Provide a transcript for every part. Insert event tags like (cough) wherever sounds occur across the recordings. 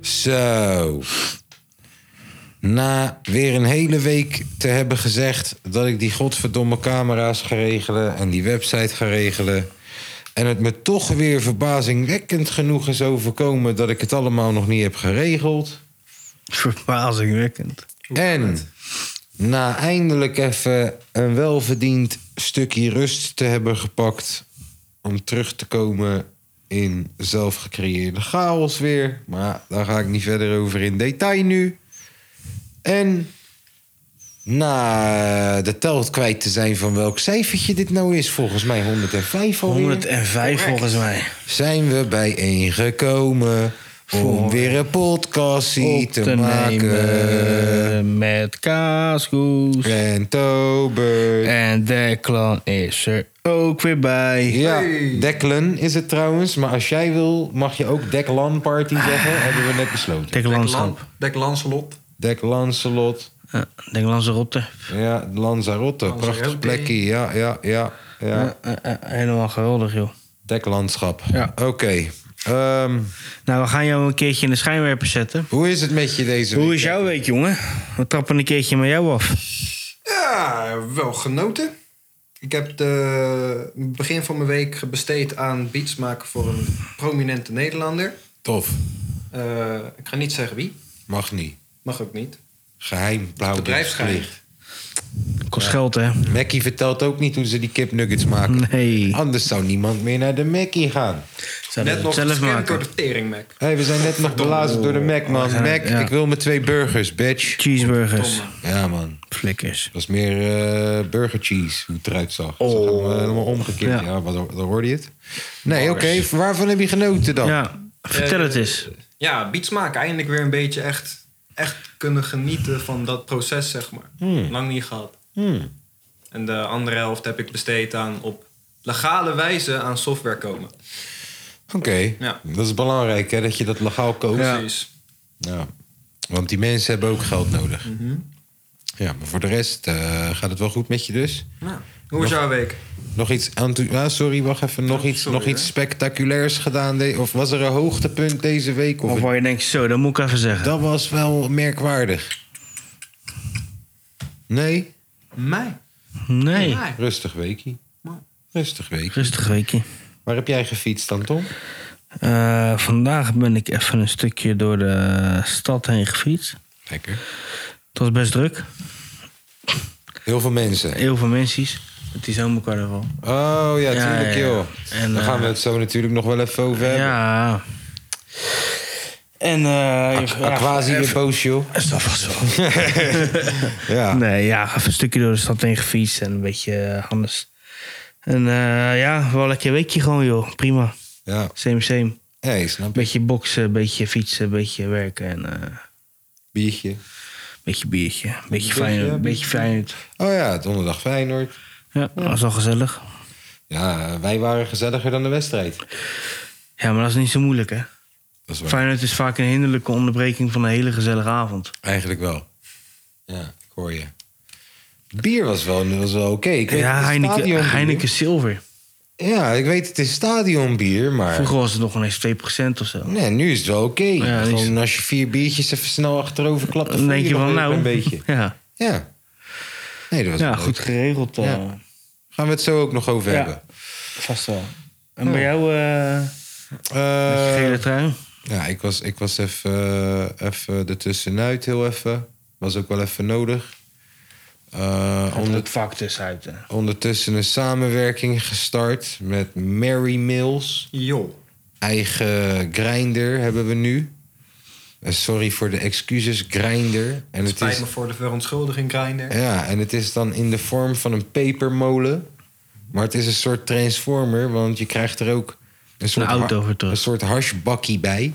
Zo. Na weer een hele week te hebben gezegd dat ik die godverdomme camera's ga regelen en die website ga regelen. En het me toch weer verbazingwekkend genoeg is overkomen dat ik het allemaal nog niet heb geregeld. Verbazingwekkend. En na eindelijk even een welverdiend stukje rust te hebben gepakt. Om terug te komen in zelfgecreëerde chaos weer. Maar daar ga ik niet verder over in detail nu. En na de telt kwijt te zijn van welk cijfertje dit nou is. Volgens mij 105 alweer. 105 volgens mij. Zijn we bijeengekomen om Voor- weer een podcastie Op te, te maken. nemen met kaaskoes. En Tober. En Declan is er ook weer bij. Ja, Declan is het trouwens. Maar als jij wil, mag je ook Declan Party Ah. zeggen. Hebben we net besloten. Declan Lanschap. Dek Lancelot. Dek Lancelot. Ja, Declan Zerotte. Ja, Lanzarote. Prachtig plekje. Ja, ja, ja. ja. Ja, eh, eh, helemaal geweldig, joh. Deklandschap. Ja. Oké. Ehm, Nou, we gaan jou een keertje in de schijnwerper zetten. hoe is het met je deze Hoe week? is jouw week, jongen? We trappen een keertje met jou af. Ja, wel genoten. Ik heb de het begin van mijn week besteed aan beats maken voor een prominente Nederlander. Tof. Eh, ik ga niet zeggen wie. Mag niet. Mag ook niet. Geheim. Blauw Bedrijfsgeheim. Kost geld, hè? Mackie vertelt ook niet hoe ze die kipnuggets maken. Nee. Anders zou niemand meer naar de Mackie gaan. Zelf, Net nog zelf gescamd maken. door de teringmek. Hé, hey, we zijn net nog belazerd door de Mac, man. zijn- Mac, ja. ik wil mijn twee burgers, bitch. Cheeseburgers. Eh, Ja, man. Flikkers. Dat is meer eh burger cheese, hoe het eruit zag. Oh. helemaal omgekeerd. Ja, Ja. maar dan, dan hoorde je het. Nee, oké. Waarvan heb je genoten dan? Ja, vertel het eens. Ja, beats maken. Eindelijk weer een beetje echt, echt kunnen genieten van dat proces, zeg maar. Hmm. Lang niet gehad. Hmm. En de andere helft heb ik besteed aan op legale wijze aan software komen. Oké. Ja. Dat is belangrijk, hè, dat je dat legaal koopt. Precies. Ja. Want die mensen hebben ook geld nodig. Mhm. Ja, maar voor de rest eh, gaat het wel goed met je dus. Nou, hoe was jouw week? Nog iets, enthou- ah, sorry, wacht even. Nog iets, sorry, nog iets hè? spectaculairs gedaan? de- of was er een hoogtepunt deze week? Of Of waar je denkt, zo, dat moet ik even zeggen. Dat was wel merkwaardig. Nee, Mij. Nee. Mij. rustig weekie. Rustig weekie. Rustig weekje. Waar heb jij gefietst dan, Tom? Eh, vandaag ben ik even een stukje door de stad heen gefietst. Lekker. Het was best druk. Heel veel mensen. Heel veel mensen. Het is helemaal carnaval. Oh Ja, ja, tuurlijk ja, ja. joh. En, Daar gaan we eh, het zo natuurlijk nog wel even over hebben. Ja. En eh ja, Aquasi weer even- boos joh. Is dat vast wel. Ja. Nee, ja, even een stukje door de stad heen gefietst en een beetje eh, anders. En eh, ja, wel een lekker weekje gewoon joh. Prima. ja. Same, same. Hey, snap je? Beetje boksen, beetje fietsen, beetje werken en een Biertje. beetje biertje. Beetje fijn, beetje fijn. Oh ja, donderdag Feyenoord. Ja, dat was al gezellig. Ja, wij waren gezelliger dan de wedstrijd. Ja, maar dat is niet zo moeilijk, hè? Dat is waar. Feyenoord is vaak een hinderlijke onderbreking van een hele gezellige avond. Eigenlijk wel. Ja, ik hoor je. Bier was wel, was wel oké. Ik weet Ja, het is Heineken, stadionbier. Heineken Silver. Ja, ik weet het is stadionbier, maar... Vroeger was het nog ineens 2% of zo. Nee, nu is het wel oké. Ja, nu is- Gewoon als je vier biertjes even snel achterover klapt... Dan denk je wel van, nou... Een beetje. (laughs) Ja, Ja. Nee, dat was ja wel goed leuk. geregeld. eh, Ja. Gaan we het zo ook nog over Ja. hebben. Vast wel. En bij jou, eh Eh, gele trui? ja, ik was, ik was even, eh, even ertussenuit, heel even. Was ook wel even nodig. Eh, Om onder, het vak tussenuit. hè. ondertussen een samenwerking gestart met Mary Mills. Joh. eigen grinder hebben we nu. Eh, Sorry voor de excuses, grinder. En Het het spijt is, me voor de verontschuldiging, Grindr. ja, en het is dan in de vorm van een pepermolen. Maar het is een soort transformer, want je krijgt er ook een soort, auto ha- voor terug. een soort hashbakkie bij.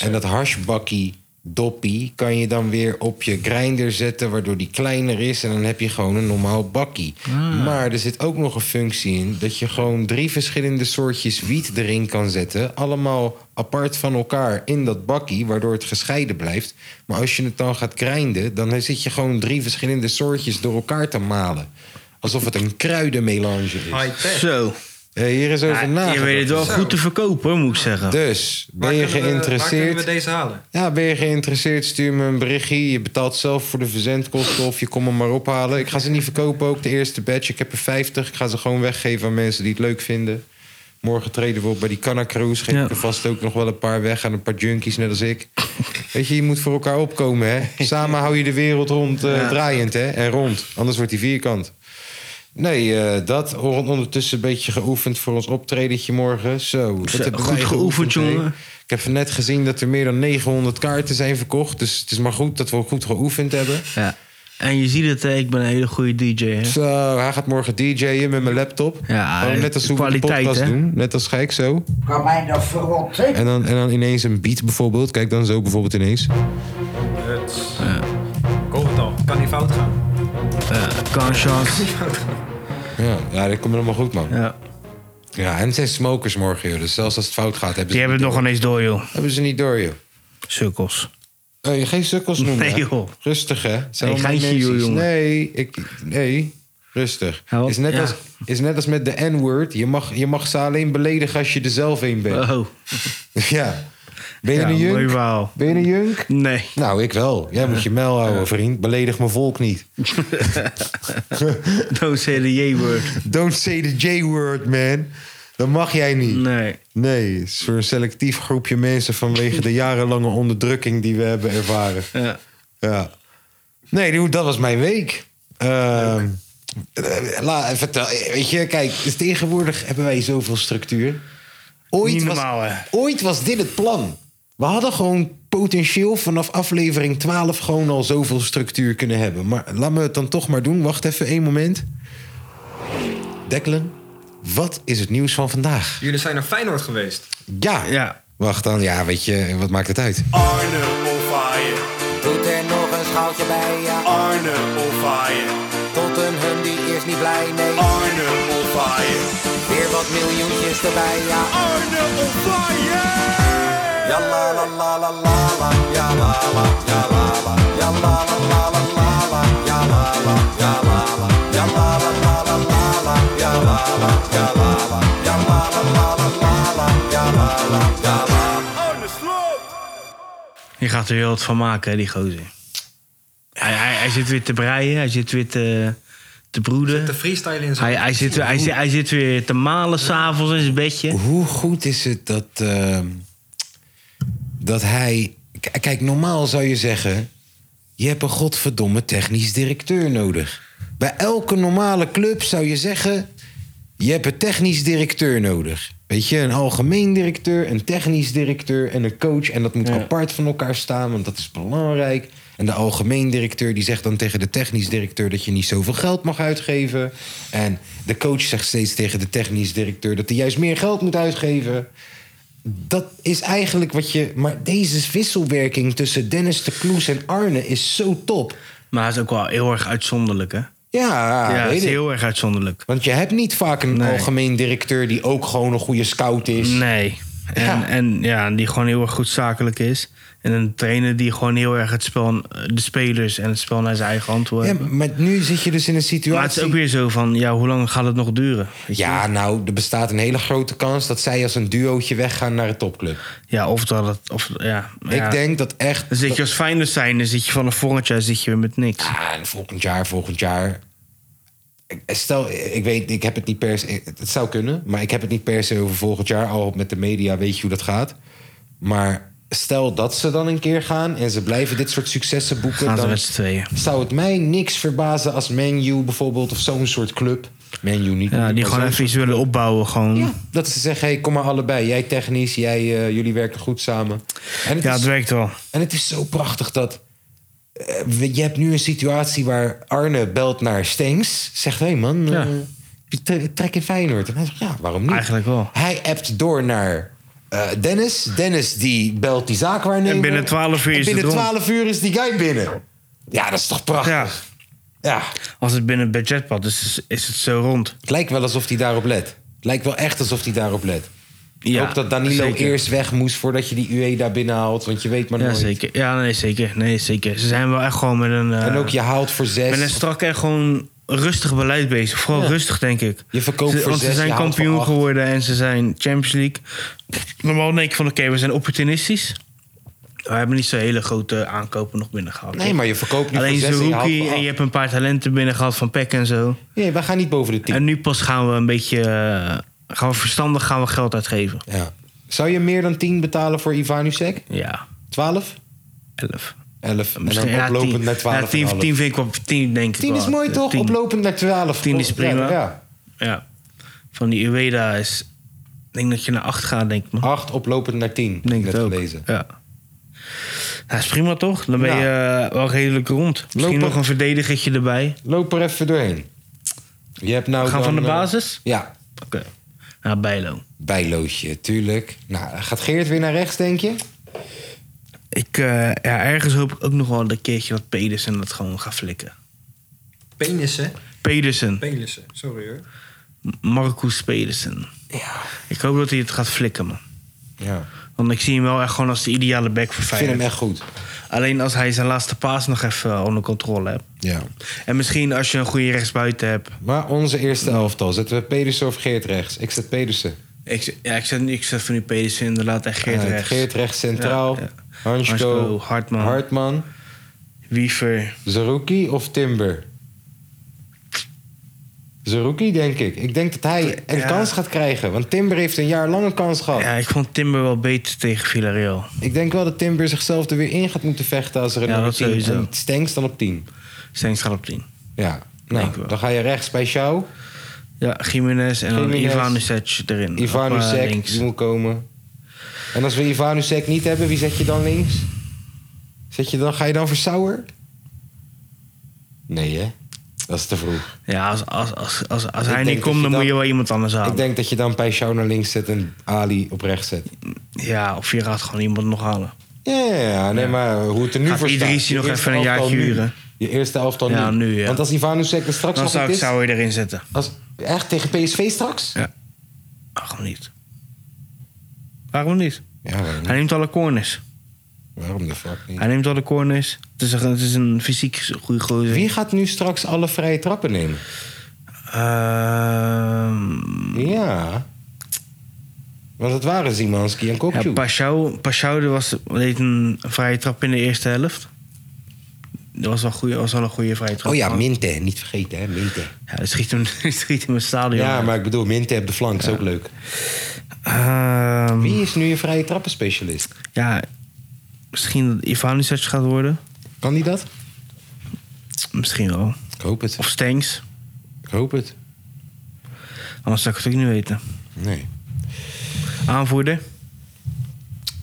En dat hashbakkie doppie kan je dan weer op je grinder zetten, waardoor die kleiner is en dan heb je gewoon een normaal bakkie. Ah. Maar er zit ook nog een functie in dat je gewoon drie verschillende soortjes wiet erin kan zetten, allemaal apart van elkaar in dat bakkie, waardoor het gescheiden blijft. Maar als je het dan gaat grinden, dan zit je gewoon drie verschillende soortjes door elkaar te malen. Alsof het een kruidenmelange is. High-tech. Zo. Eh, Hier is over Ja, je nagedacht. weet het wel Zo. goed te verkopen, hoor, moet ik zeggen. Dus, ben Waar je kunnen we- Waar kunnen we geïnteresseerd? deze halen? Ja, ben je geïnteresseerd? Stuur me een berichtje. Je betaalt zelf voor de verzendkosten of je komt hem maar ophalen. Ik ga ze niet verkopen ook, de eerste batch. Ik heb er 50. Ik ga ze gewoon weggeven aan mensen die het leuk vinden. Morgen treden we op bij die Canna Cruise. Geef Ja. ik er vast ook nog wel een paar weg aan een paar junkies, net als ik. Weet je, je moet voor elkaar opkomen, hè? Samen hou je de wereld rond, eh, draaiend, hè? En rond. Anders wordt die vierkant. Nee, eh, dat. On- Ondertussen een beetje geoefend voor ons optredentje morgen. Zo, dat Zo, hebben goed wij geoefend, hè. jongen. Ik heb net gezien dat er meer dan 900 kaarten zijn verkocht. Dus het is maar goed dat we ook goed geoefend hebben. Ja. En je ziet het, hè, ik ben een hele goede DJ. Hè? Zo, hij gaat morgen DJ'en met mijn laptop. Ja, Gewoon net als hoe we de kwaliteit, podcast hè? doen. Net als gek zo. Kan mij dat verrotten? En dan, en dan ineens een beat bijvoorbeeld. Kijk dan zo bijvoorbeeld ineens. Het... Ik hoor het al. Kan niet fout gaan. (laughs) Kan chance. Ja, ja dat komt helemaal goed, man. Ja. Ja. en het zijn smokers morgen, joh. Dus zelfs als het fout gaat, hebben Die ze, hebben het nog ineens door, joh. hebben ze niet door, joh. Sukkels. Hey, Oh, geen sukkels noemen. Nee, hè? joh. Rustig, hè? Het Zijn Nee, allemaal geintje, joh, mensen. jongen. Nee, ik, nee, rustig. Ja, wat- is, net ja. als, is net als met de N-word. Je mag, je mag ze alleen beledigen als je er zelf een bent. Oh. (laughs) Ja. Ben je Ja, een junk? mooi verhaal. Ben je een junk? Nee. (laughs) Nou, ik wel. Jij moet je mijl houden, vriend. Beledig mijn (laughs) volk niet. Don't say the J-word. Don't say the J-word, man. Dat mag jij niet. Nee. Nee, het is voor een selectief groepje mensen vanwege de jarenlange onderdrukking die we hebben ervaren. Ja. Ja. Nee, dude, dat was mijn week. Ehm, eh, la, vertel, weet je, kijk, dus tegenwoordig hebben wij zoveel structuur. Ooit, Niet was, normaal, hè? ooit was dit het plan. We hadden gewoon potentieel vanaf aflevering 12 gewoon al zoveel structuur kunnen hebben. Maar laat me het dan toch maar doen. Wacht even één moment. Declan, wat is het nieuws van vandaag? Jullie zijn naar Feyenoord geweest. Ja. Ja. Wacht dan, ja, weet je, wat maakt het uit? Arne on fire. Doet er nog een schaaltje bij, ja. Arne on fire. Tottenham die is niet blij, nee. Arne on fire. Weer wat miljoentjes erbij, ja. Arne on fire. Ja la la la la la la, ja la la, ja la la, ja la la la la la la, ja la la, ja la la, ja la la la la la la, ja la la, ja la la, ja la la la la la la, ja la la, ja la la. Arne sloopt. Je gaat er weer wat van maken, hè, die gozer. Hij, hij, hij zit weer te breien, hij zit weer te, te broeden. De freestyle in zijn... Hij, hij, zit, weer- hij, zit, hij zit weer te malen s'avonds in zijn bedje. Hoe goed is het dat, ehm, dat hij... K- Kijk, normaal zou je zeggen... je hebt een godverdomme technisch directeur nodig. Bij elke normale club zou je zeggen... je hebt een technisch directeur nodig. Weet je, een algemeen directeur, een technisch directeur en een coach. En dat moet apart van elkaar staan, want dat is belangrijk. En de algemeen directeur die zegt dan tegen de technisch directeur... dat je niet zoveel geld mag uitgeven. En de coach zegt steeds tegen de technisch directeur... dat hij juist meer geld moet uitgeven. Dat is eigenlijk wat je... Maar deze wisselwerking tussen Dennis de Kloes en Arne is zo top. Maar hij is ook wel heel erg uitzonderlijk, hè? Ja, ja, het Ah, weet is ik. heel erg uitzonderlijk. Want je hebt niet vaak een Nee. algemeen directeur... die ook gewoon een goede scout is. Nee. En Ja. ja. en ja, die gewoon heel erg goed zakelijk is. En een trainer die gewoon heel erg het spel, de spelers en het spel naar zijn eigen hand wil Ja, hebben. maar nu zit je dus in een situatie... Maar het is ook weer zo van, ja, hoe lang gaat het nog duren? Ja, nou, er bestaat een hele grote kans dat zij als een duootje weggaan naar de topclub. Ja, of dat het, of, ja. maar ja, Ik denk dat echt. Dan zit je als Feyenoord zijn, dan zit je vanaf volgend jaar zit je weer met niks. Ah, en volgend jaar, volgend jaar. Ik- Stel, ik weet, ik heb het niet per se. Het zou kunnen, maar ik heb het niet per se over volgend jaar. Al met de media weet je hoe dat gaat. Maar stel dat ze dan een keer gaan en ze blijven dit soort successen boeken. Gaan ze dan met z'n tweeën. zou het mij niks verbazen als Man U bijvoorbeeld of zo'n soort club. Man U niet. Ja, die maar gewoon zo'n even iets willen opbouwen. Gewoon. Ja, Dat ze zeggen, hey, kom maar allebei. Jij technisch, jij, eh, jullie werken goed samen. En het, het is, werkt wel. en het is zo prachtig dat... eh, we- je hebt nu een situatie waar Arne belt naar Stengs. Zegt, hé hey man, Ja. eh, je tre- trek in Feyenoord. En hij zegt, ja, waarom niet? Eigenlijk wel. Hij appt door naar eh, Dennis. Dennis die belt die zaakwaarnemer. En binnen 12 uur En is binnen het rond. 12 uur is die guy binnen. Ja, dat is toch prachtig? Ja, Ja. als het binnen het budget past, is, is het zo rond. Het lijkt wel alsof hij daarop let. Het lijkt wel echt alsof hij daarop let. Ik Ja, hoop dat Danilo zeker. eerst weg moest voordat je die UE daar binnenhaalt. Want je weet maar Ja, nooit. zeker. Ja, nee, zeker. Nee, zeker. Ze zijn wel echt gewoon met een... eh, En ook je haalt voor zes. met een strak en gewoon rustig beleid bezig. Vooral rustig, denk ik. Je verkoopt Ze- voor Want zes, ze zijn je haalt voor kampioen acht. geworden en ze zijn Champions League. Normaal denk ik van, oké, we zijn opportunistisch. We hebben niet zo'n hele grote aankopen nog binnengehaald. Nee, maar je verkoopt nu Alleen voor zes en je haalt Zerouki voor en je acht. hebt een paar talenten binnengehaald van Peck en zo. Nee, wij gaan niet boven de tien. En nu pas gaan we een beetje... eh, gaan we verstandig gaan we geld uitgeven. Ja. Zou je meer dan 10 betalen voor Ivan Usek? Ja, 12? 11. 11. En dan Misschien ja, oplopend 10. naar 12. Ja, 10, 10 vind ik wel... 10 denk ik 10 is wel. mooi Ja, toch? 10. Oplopend naar 12. 10 is prima. Ja. Ja. Van die Ueda is... Ik denk dat je naar 8 gaat, denk ik. Man. 8 oplopend naar 10. Ik denk net het ook. gelezen. Ja. Dat is prima toch? Dan ben je eh, wel redelijk rond. Misschien Lopen. nog een verdedigertje erbij. Loop er even doorheen. Je hebt nou We gaan dan, van de eh, basis? ja, Oké. Naar Bijlo. bijlootje, tuurlijk. Nou, gaat Geert weer naar rechts, denk je? Ik, eh, ja, ergens hoop ik ook nog wel een keertje dat Pedersen dat gewoon gaat flikken. Penissen. Pedersen. Penissen, sorry hoor. Marcus Pedersen. Ja. Ik hoop dat hij het gaat flikken, man. ja. Want ik zie hem wel echt gewoon als de ideale back voor Ik vind Feyenoord. hem echt goed. Alleen als hij zijn laatste paas nog even onder controle hebt. Ja. En misschien als je een goede rechtsbuiten hebt. Maar onze eerste Mm. elftal. Zetten we Pedersen of Geert rechts? Ik zet Pedersen. Ik, z- ja, ik zet, nu- ik zet voor nu Pedersen inderdaad en Geert Uit. rechts. Geert rechts centraal. Ja, ja. Hansko, Hansko, Hartman. Hartman. Wiever. Zerouki of Timber? Zerouki, denk ik. Ik denk dat hij een Ja. kans gaat krijgen. Want Timber heeft een jaar lang een kans gehad. Ja, ik vond Timber wel beter tegen Villarreal. Ik denk wel dat Timber zichzelf er weer in gaat moeten vechten als er een Ja, nummer dat 10 sowieso. En Stengs dan op 10. Stengs gaat op 10. Ja. Denk wel. Nou, dan ga je rechts bij Sjouw. Ja, Jiménez en dan Gimenez. Ivanusec erin. Op, eh, Ivanusek, links. die moet komen. En als we Ivanusek niet hebben, wie zet je dan links? Zet je dan, ga je dan voor Sauer? Nee, hè? Dat is te vroeg. Ja, als, als, als, als, als Ik hij denk niet dat komt, dan, je dan- moet je wel iemand anders halen. Ik denk dat je dan Peixau naar links zet en Ali op rechts zet. Ja, of je gaat gewoon iemand nog halen. Ja, ja, ja, nee, maar hoe het er nu Gaat voor staat. Idrissi je nog eerste even een elftal jaartje nu. huren? Je eerste elftal Ja, nu, ja. Want als Ivanusek er straks Dan nog zou ik niet is... zou je erin zetten. Als, echt, tegen PSV straks? Ja. Waarom niet? Waarom niet? Ja, waarom, Hij neemt alle corners. waarom de fuck niet? Hij neemt alle corners. Het is een, het is een fysiek goede gozer. Wie gaat nu straks alle vrije trappen nemen? Ehm, Ja. Want het waren Zimanski en ja, Kokju. Pashao, Pashao die was, deed een vrije trap in de eerste helft. Dat was wel, goeie, was wel een goede vrije trap. oh ja, Maar- Minte. Niet vergeten, hè. Minte. Ja, hij schiet hem, (laughs) hij schiet hem een stadion. Ja, maar ik bedoel, Minte op de flank is ook leuk. Ehm, Wie is nu je vrije trappenspecialist? Ja, misschien dat Ivanisevic gaat worden. Kan die dat? Misschien wel. Ik hoop het. Of Stengs. Ik hoop het. Anders zou ik het ook niet weten. Nee. Aanvoerder?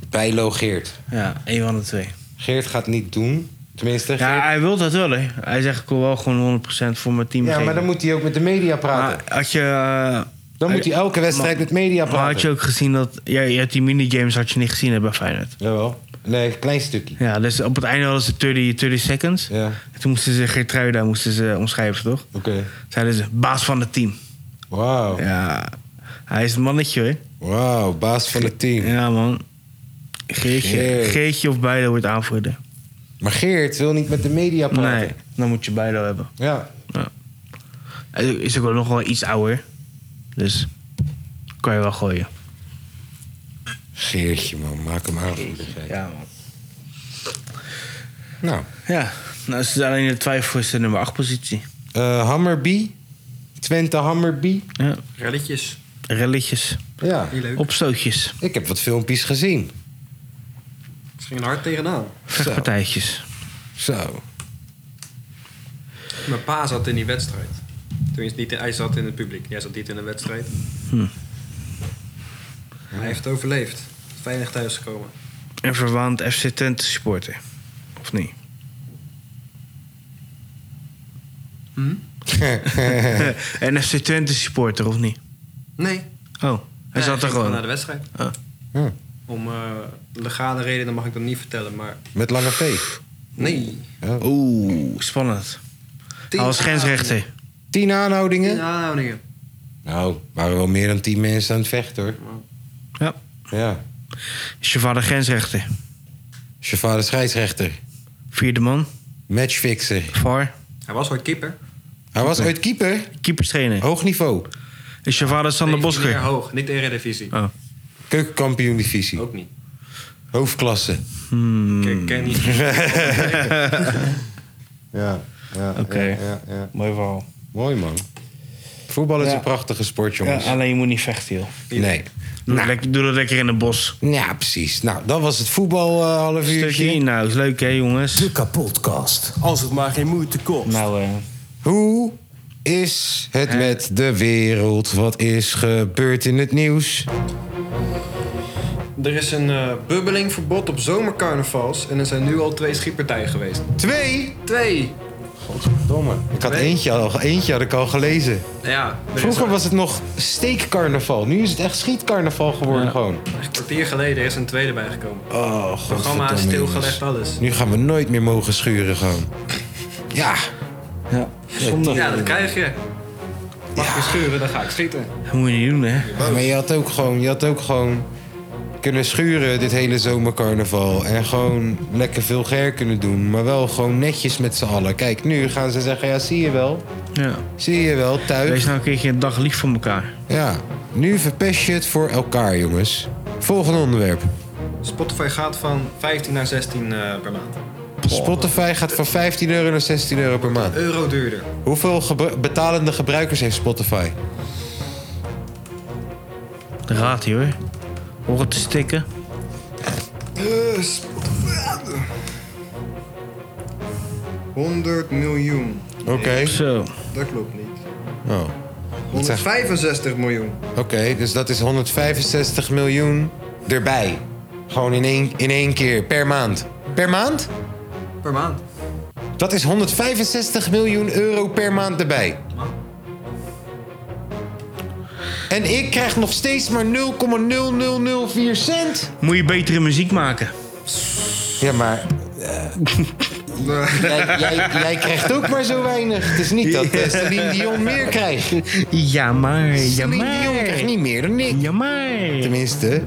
Bijlo Geert. Ja, één van de twee. Geert gaat niet doen. Tenminste, Geert... Ja, Ja, hij wil dat wel, hè. Hij zegt, ik wil wel gewoon 100% voor mijn team geven. maar dan moet hij ook met de media praten. Maar had je... eh, dan moet hij elke wedstrijd maar- met media Maar praten. had je ook gezien dat... Ja, je hebt die minigames had je niet gezien hè, bij Feyenoord. Jawel. Nee, een klein stukje. Ja, dus op het einde hadden ze 30, 30 seconds. Ja. En toen moesten ze Geertruida moesten ze omschrijven, toch? Oké. Zeiden ze, baas van het team. Wauw. Ja, hij is het mannetje, hoor. Wauw, baas van het team. Ja, man. Geertje, Geert. Geertje of beide wordt aanvoerder. Maar Geert wil niet met de media praten. Nee, dan moet je beide hebben. Ja. Hij is ook wel nog wel iets ouder. Dus kan je wel gooien. Geertje, man. Maak hem aan. Ja, man. Nou, Ja, nou, ze zijn alleen de twijfel is de nummer 8 positie. eh Hammerby. Twente Hammerby. Ja. Relletjes, Relletjes, Ja, heel leuk. opstootjes, ik heb wat filmpjes gezien. Ze gingen hard tegenaan. vechtpartijtjes. Zo. (laughs) Mijn pa zat in die wedstrijd. Tenminste, niet in, hij zat in het publiek. Jij zat niet in de wedstrijd. Hm. Hij heeft overleefd. Veilig thuisgekomen. En verwaand FC Twente supporter. Of niet? en FC Twente supporter, of niet? Nee. Oh, hij zat er ging naar gewoon. de wedstrijd. Oh. Ja. Om eh, legale redenen mag ik dat niet vertellen, maar Met lange V. nee. Oeh, spannend. Hij was grensrechter. Tien aanhoudingen? Tien aanhoudingen. Nou, waren wel meer dan tien mensen aan het vechten hoor. Ja. Ja. Is je vader grensrechter? Is je vader scheidsrechter? Vierde man. Matchfixer. Var. Hij was ooit keeper. Hij was ooit keeper. Keeperstrainer. Hoog niveau. Is je vader Sander Deze keer Bosker? hoog, niet in Eredivisie. Oh. Keukenkampioen divisie. Ook niet. Hoofdklasse. Hmm. Ik ken- ken niet. Ja. ja Oké. Oké. ja, Mooi verhaal. Mooi man. Voetbal is Ja. een prachtige sport jongens. alleen je moet niet vechten, joh. Nee. Doe, dat lekker, doe dat lekker in het bos. Ja, precies. Nou, dat was het voetbal eh, half Stukje. uurtje. Nou, is leuk hè, jongens? Kapotkast. Als het maar geen moeite kost. Nou, eh, Hoe is Eh. het met de wereld? Wat is gebeurd in het nieuws? (laughs) Er is een eh, bubbelingverbod op zomercarnavals en er zijn nu al twee schietpartijen geweest. Twee. Twee! Domme. Ik had Twee. eentje al, eentje had ik al gelezen. Nou Ja, er is Vroeger een- was het nog steekcarnaval. Nu is het echt schietcarnaval geworden gewoon. Een kwartier geleden is een tweede bijgekomen. Oh, programma godverdomme, stilgelegd jongens. alles. Nu gaan we nooit meer mogen schuren gewoon. Ja. ja. Oh. zonde. Ja, dat krijg je. Mag je schuren, dan ga ik schieten. Dat moet je niet doen, hè? Oh. Ja, maar je had ook gewoon, je had ook gewoon kunnen schuren dit hele zomercarnaval. En gewoon lekker veel ger kunnen doen. Maar wel gewoon netjes met z'n allen. Kijk, nu gaan ze zeggen, ja zie je wel. Ja. Zie je wel, Wees thuis. nou een keertje een dag lief voor elkaar. Ja, nu verpest je het voor elkaar jongens. Volgende onderwerp. Spotify gaat van 15 naar 16 eh, per maand. Spotify gaat van 15 euro naar 16 euro per maand. Euro duurder. Hoeveel gebru- betalende gebruikers heeft Spotify? Daar gaat hij hoor. Hoor het te stikken. Eh, Spotify. 100 miljoen. Oké. Zo. Dat klopt niet. Oh. Dat zijn- 165 miljoen. Oké, dus dat is 165 miljoen erbij. Gewoon in één, in één keer, per maand. Per maand? Per maand. Dat is 165 miljoen euro per maand erbij. En ik krijg nog steeds maar 0,0004 cent. Moet je betere muziek maken. Ja, maar Eh. eh, (laughs) jij, jij, jij krijgt ook maar zo weinig. Het is niet dat eh, Celine Dion meer krijgt. Ja maar, ja Celine Dion krijgt maar. niet meer dan ik. Ja maar. Tenminste,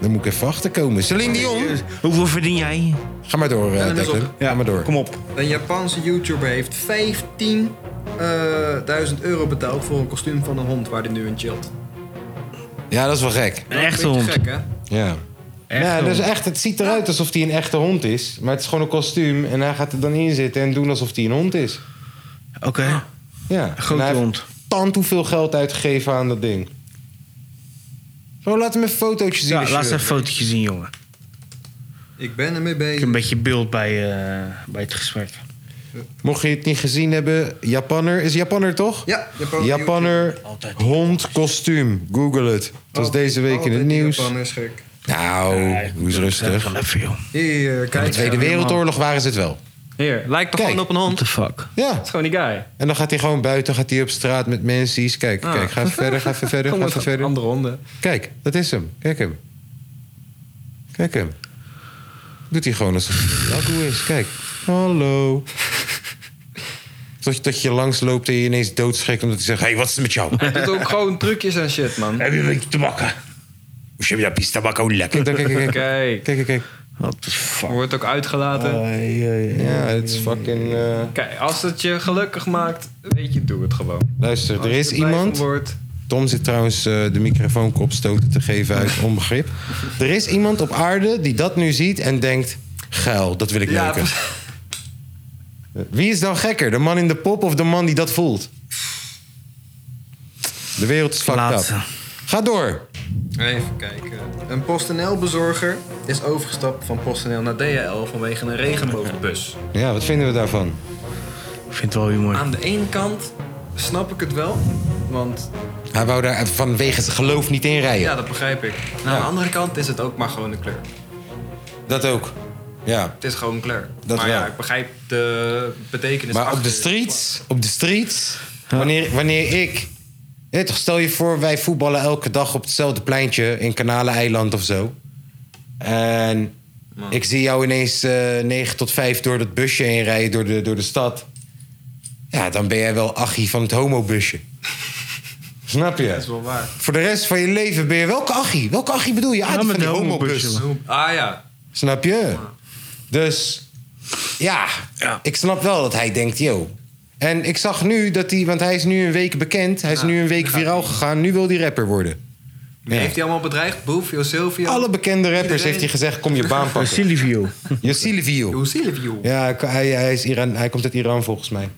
dan moet ik even achterkomen. Celine Dion. Hoeveel verdien jij? Ga maar door, eh hem eens Declan. op. Ga maar door. Kom op. Een Japanse YouTuber heeft 15.000 euro betaald voor een kostuum van een hond waar hij nu in chillt. Ja, dat is wel gek. Een echte Beetje hond. Gek, hè? Ja. Echt ja, hond. dus echt, het ziet eruit alsof hij een echte hond is. Maar het is gewoon een kostuum. En hij gaat er dan in zitten en doen alsof hij een hond is. Oké. Ah, Ah, Ja. Een grote En hij heeft hond. Tant hoeveel geld uitgegeven aan dat ding. Zo, laat hem even fotootjes zien. Ja, als laat je eens een wil. fotootje zien jongen. Ik ben ermee Ik bezig. heb een beetje beeld bij, eh, bij het gesprek. Mocht je het niet gezien hebben, Japanner. Is Japanner toch? Ja, Japan- Japanner, Altijd die hond, kostuum. Google het. Het was deze week in het Altijd die nieuws. Japanners gek. Nou, hoe is Dat rustig. wel even joh. Hier, eh, In de kijk. Tweede Wereldoorlog waren ze het wel. Hier, lijkt toch Kijk. gewoon op een hond. What the fuck? Ja, is gewoon die guy. en dan gaat hij gewoon buiten, gaat hij op straat met mensen. die- Kijk, Ah. kijk, ga even verder, ga even (laughs) verder, ga even verder. Andere honden. Kijk, dat is hem. Kijk hem. Kijk hem. Doet hij gewoon alsof hij hoe is. Kijk. (laughs) Hallo. Tot je, tot je langs loopt en je ineens doodschrikt omdat hij zegt... Hé, hey, wat is het met jou? Hij doet ook gewoon trucjes en shit, man. Heb je een beetje te bakken? Hoe heb je dat pis tabakko lekker? Kijk, kijk, kijk. Kijk, Kijk, (laughs) kijk, kijk. What the fuck? wordt ook uitgelaten. Oh. Ja, het is fucking... eh, Kijk, als het je gelukkig maakt, weet je, doe het gewoon. Luister, er Als je is blij van iemand... Wordt, Tom zit trouwens eh, de microfoonkop stoten te (laughs) geven uit onbegrip. Er is iemand op aarde die dat nu ziet en denkt... Geil, dat wil ik Ja, (laughs) neuken. Wie is dan gekker? De man in de pop of de man die dat voelt? De wereld is fucked Laatste. up. Ga door. even kijken. Een PostNL-bezorger is overgestapt van PostNL naar DHL vanwege een regenboogbus. Ja, wat vinden we daarvan? Ik vind het wel weer mooi. Aan de ene kant snap ik het wel, want Hij wou daar vanwege zijn geloof niet in rijden. ja, dat begrijp ik. Aan de andere kant is het ook maar gewoon een kleur. Dat ook. Ja. Het is gewoon een kleur. Dat maar wel. ja, ik begrijp de betekenis. Maar op achter. de streets, op de streets, wanneer, wanneer ik Ja, toch, stel je voor, wij voetballen elke dag op hetzelfde pleintje in Kanaleneiland of zo. En ik zie jou ineens eh 9 tot 5 door dat busje heen rijden door de, door de stad. Ja, dan ben jij wel achie van het (laughs) homobusje. Snap je? Dat is wel waar. Voor de rest van je leven ben je welke achie? Welke achie bedoel je? Ah, die met van die de homobus. homobus, Ah ja. Snap je? Dus ja, Ja. ik snap wel dat hij denkt, yo. En ik zag nu dat hij, want hij is nu een week bekend, hij is nu een week viraal gegaan, nu wil hij rapper worden. Ja. Heeft hij allemaal bedreigd? Boefio, Silvio? Alle bekende rappers Iedereen. heeft hij gezegd, kom je baan Van pakken. Silvio. Yossili Vio. Hoe Silvio? Ja, hij- hij, hij, is Iran, hij komt uit Iran volgens mij.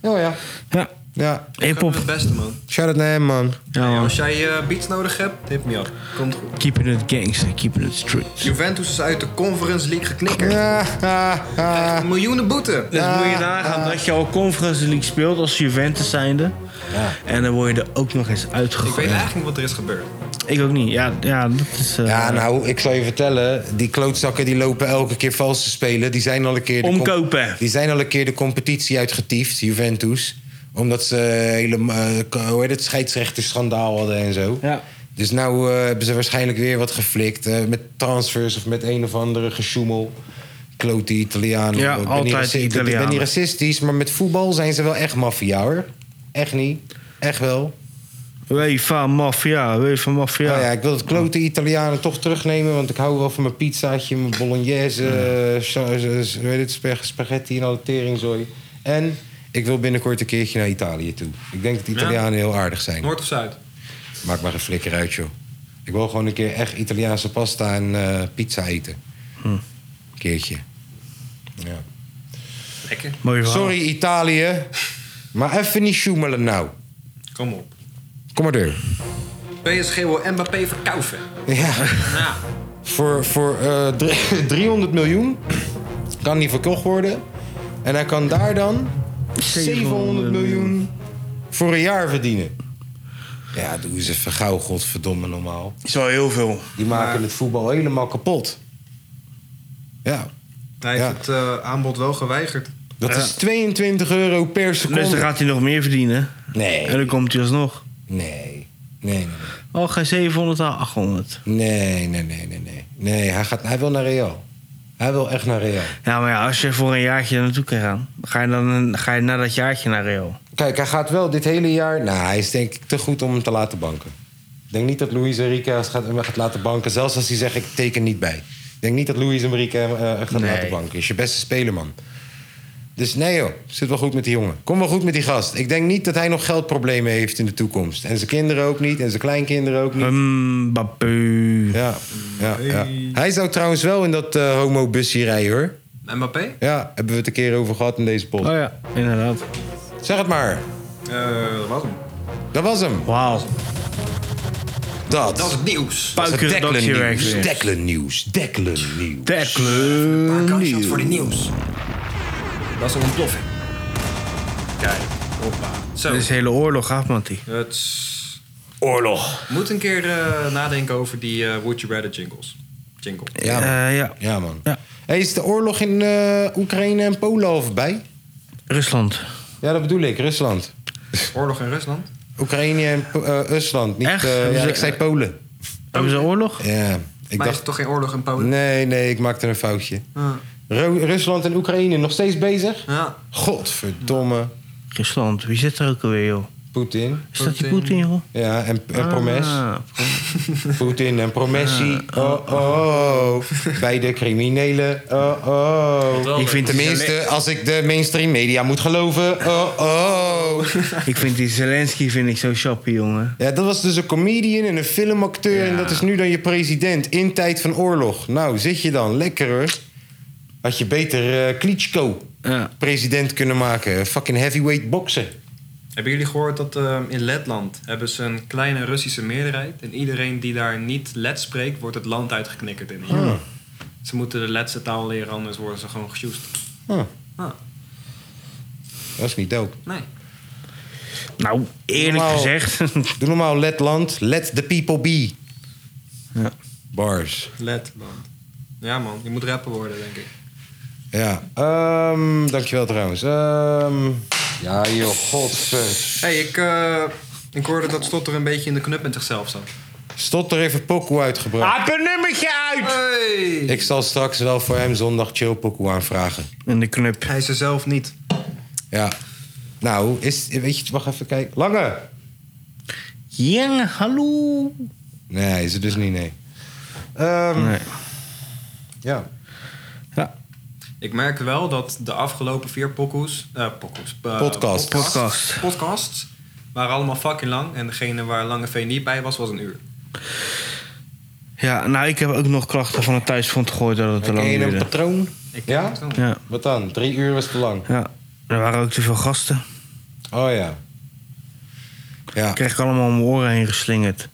Oh ja. Ja, Ja, Gewoon hip-hop. Het beste man. shout out naar hem, man. Ja, Hey, man. als jij eh, beats nodig hebt, hit me up. Komt goed. Keeping it gangster, keeping it street. Juventus is uit de Conference League geknikkerd. Ja, (laughs) ah, ah. Krijgt miljoenen boete. Dus moet je nagaan dat je al Conference League speelt als Juventus zijnde. En dan word je er ook nog eens Ik weet uitgegooid. eigenlijk niet wat er is gebeurd. Ik ook niet. Ja, ja dat is... eh, Ja, nou, ik zal je vertellen. Die klootzakken die lopen elke keer vals te spelen. Die zijn al een keer... de comp- Omkopen. Die zijn al een keer de competitie uitgetiefd, Juventus. Omdat ze helemaal... eh, hoe heet het? Scheidsrechterschandaal hadden en zo. Ja. Dus nou eh, hebben ze waarschijnlijk weer wat geflikt. eh, met transfers of met een of andere gesjoemel. Kloot die Italianen. Ja, Ik ben niet altijd die raci- ik ben- Ik ben Italianen. niet racistisch, maar met voetbal zijn ze wel echt maffia, hoor. Echt niet. Echt wel. UEFA Mafia, UEFA Mafia. Oh, Nou Ja. ja, ik wil het klote Italianen toch terugnemen, want ik hou wel van mijn pizzaatje, mijn bolognese, eh, sa- sa- sa- hoe heet het, spag- spaghetti en alle teringzooi. En ik wil binnenkort een keertje naar Italië toe. Ik denk dat de Italianen heel aardig zijn. Noord of Zuid? Maak maar een flikker uit, joh. Ik wil gewoon een keer echt Italiaanse pasta en eh, pizza eten. Een keertje. Hm. Ja. Lekker. Mooi verhaal. Sorry Italië, maar even niet sjoemelen nou. Kom op. Kom maar (laughs) door. PSG wil Mbappé verkaufen. Ja. Ja. Voor, voor eh, drie- (laughs) 300 miljoen kan die verkocht worden. En hij kan daar dan 700 miljoen voor een jaar verdienen. Ja, doe eens even gauw, godverdomme normaal. Is wel heel veel. Die maken het voetbal helemaal kapot. Ja, Hij Ja. heeft het eh, aanbod wel geweigerd. dat is 22 euro per Dus dan seconde. gaat hij nog meer verdienen. Nee, En dan komt hij alsnog. Oh, nee, nee, nee, Al geen 700 aan 800. nee, nee, nee, nee, nee. Nee, hij, gaat, hij wil naar Real. Hij wil echt naar Real. Ja, maar ja, als je voor een jaartje daar naartoe kan gaan, ga je, dan een- ga je na dat jaartje naar Real. Kijk, hij gaat wel dit hele jaar. Nou, hij is denk ik te goed om hem te laten banken. Ik denk niet dat Luis Enrique hem gaat, hem gaat laten banken. Zelfs als hij zegt: ik teken niet bij. Ik denk niet dat Luis Enrique hem eh, gaat Nee. laten banken. Is je beste speler, man. Dus nee, joh. Zit wel goed met die jongen. Kom wel goed met die gast. Ik denk niet dat hij nog geldproblemen heeft in de toekomst. En zijn kinderen ook niet. En zijn kleinkinderen ook niet. Mbappé. Ja, ja, ja. Hij zou trouwens wel in dat eh homo-busje rijden, hoor. Mbappé? Ja, hebben we het een keer over gehad in deze Oh podcast. ja, inderdaad. Zeg het maar. Eh, dat was hem. Dat was hem. Wauw. Dat. Dat is het nieuws. Dat is het Puiker Declan redactiewerk nieuws. weer. Declan nieuws. Declan nieuws. Declan. Kansjes voor de nieuws. Dat is een ontploffing. Kijk, hoppa. Zo. Er is een hele oorlog af, Matty. Het is- Oorlog. moet een keer eh, nadenken over die eh, Would You Rather jingles. Jingle. Ja, man. Eh, ja. Ja, man. Ja. Hey, is de oorlog in eh, Oekraïne en Polen al voorbij? Rusland. Ja, dat bedoel ik. Rusland. Oorlog in Rusland. Oekraïne en Po- eh, Rusland. Niet, Echt? eh, Hebben ja, ze- ik zei Polen. Hebben ze oorlog? Ja, maar is ik dacht... er toch geen oorlog in Polen? Nee, nee, ik maakte een foutje. Ah. Ru- Rusland en Oekraïne nog steeds bezig? Ja. Godverdomme. Rusland, wie zit er ook alweer, joh? Poetin. Is dat die Poetin. Poetin, joh? Ja, en, en Promes. Ah, Poetin en Promessi. Oh, oh. Beide criminelen. Oh, oh. Ik vind, die Zelen- Tenminste, als ik de mainstream media moet geloven. Oh, oh. ik vind die Zelensky vind ik zo chappie, jongen. Ja, dat was dus een comedian en een filmacteur. Ja. En dat is nu dan je president in tijd van oorlog. Nou, zit je dan. Lekker hoor. Had je beter eh Klitschko Ja. president kunnen maken. Fucking heavyweight boksen. Hebben jullie gehoord dat ehm, in Letland hebben ze een kleine Russische meerderheid en iedereen die daar niet Let spreekt, wordt het land uitgeknikkerd Ah. in. Ze moeten de Letse taal leren, anders worden ze gewoon gesjoest. Huh, Ah, dat is niet dope. nee. Nou, eerlijk Normaal. (laughs) gezegd. Doe normaal, Letland. Let the people be. Ja. Bars. Letland. Ja man, je moet rapper worden denk ik. Ja. Ehm dankjewel trouwens. Ehm ja, joh, godver. hey, ik eh, Ik hoorde dat Stotter een beetje in de knup met zichzelf zat. Stotter heeft een pokoe uitgebracht. Haak een nummertje uit! Hey! Ah. Ik zal straks wel voor hem zondag chill pokoe aanvragen. In de knup. Hij is er zelf niet. Ja. Nou, is, weet je, wacht even kijken. Lange! Ja, hallo. Nee, hij is het dus niet, nee. Ehm, Nee. Ja. Ik merk wel dat de afgelopen vier pokoes... eh pokoes. eh, Podcast. podcasts, podcasts waren allemaal fucking lang. En degene waar Lange V niet bij was, was een uur. Ja, nou, ik heb ook nog klachten van het thuisfront gehoord dat het te Ken lang je een duurde. patroon? Ik Ja? Ja, Wat dan? Drie uur was te lang. ja. Er waren ook te veel gasten. Oh ja. Ja. Ik kreeg ik allemaal om mijn oren heen geslingerd.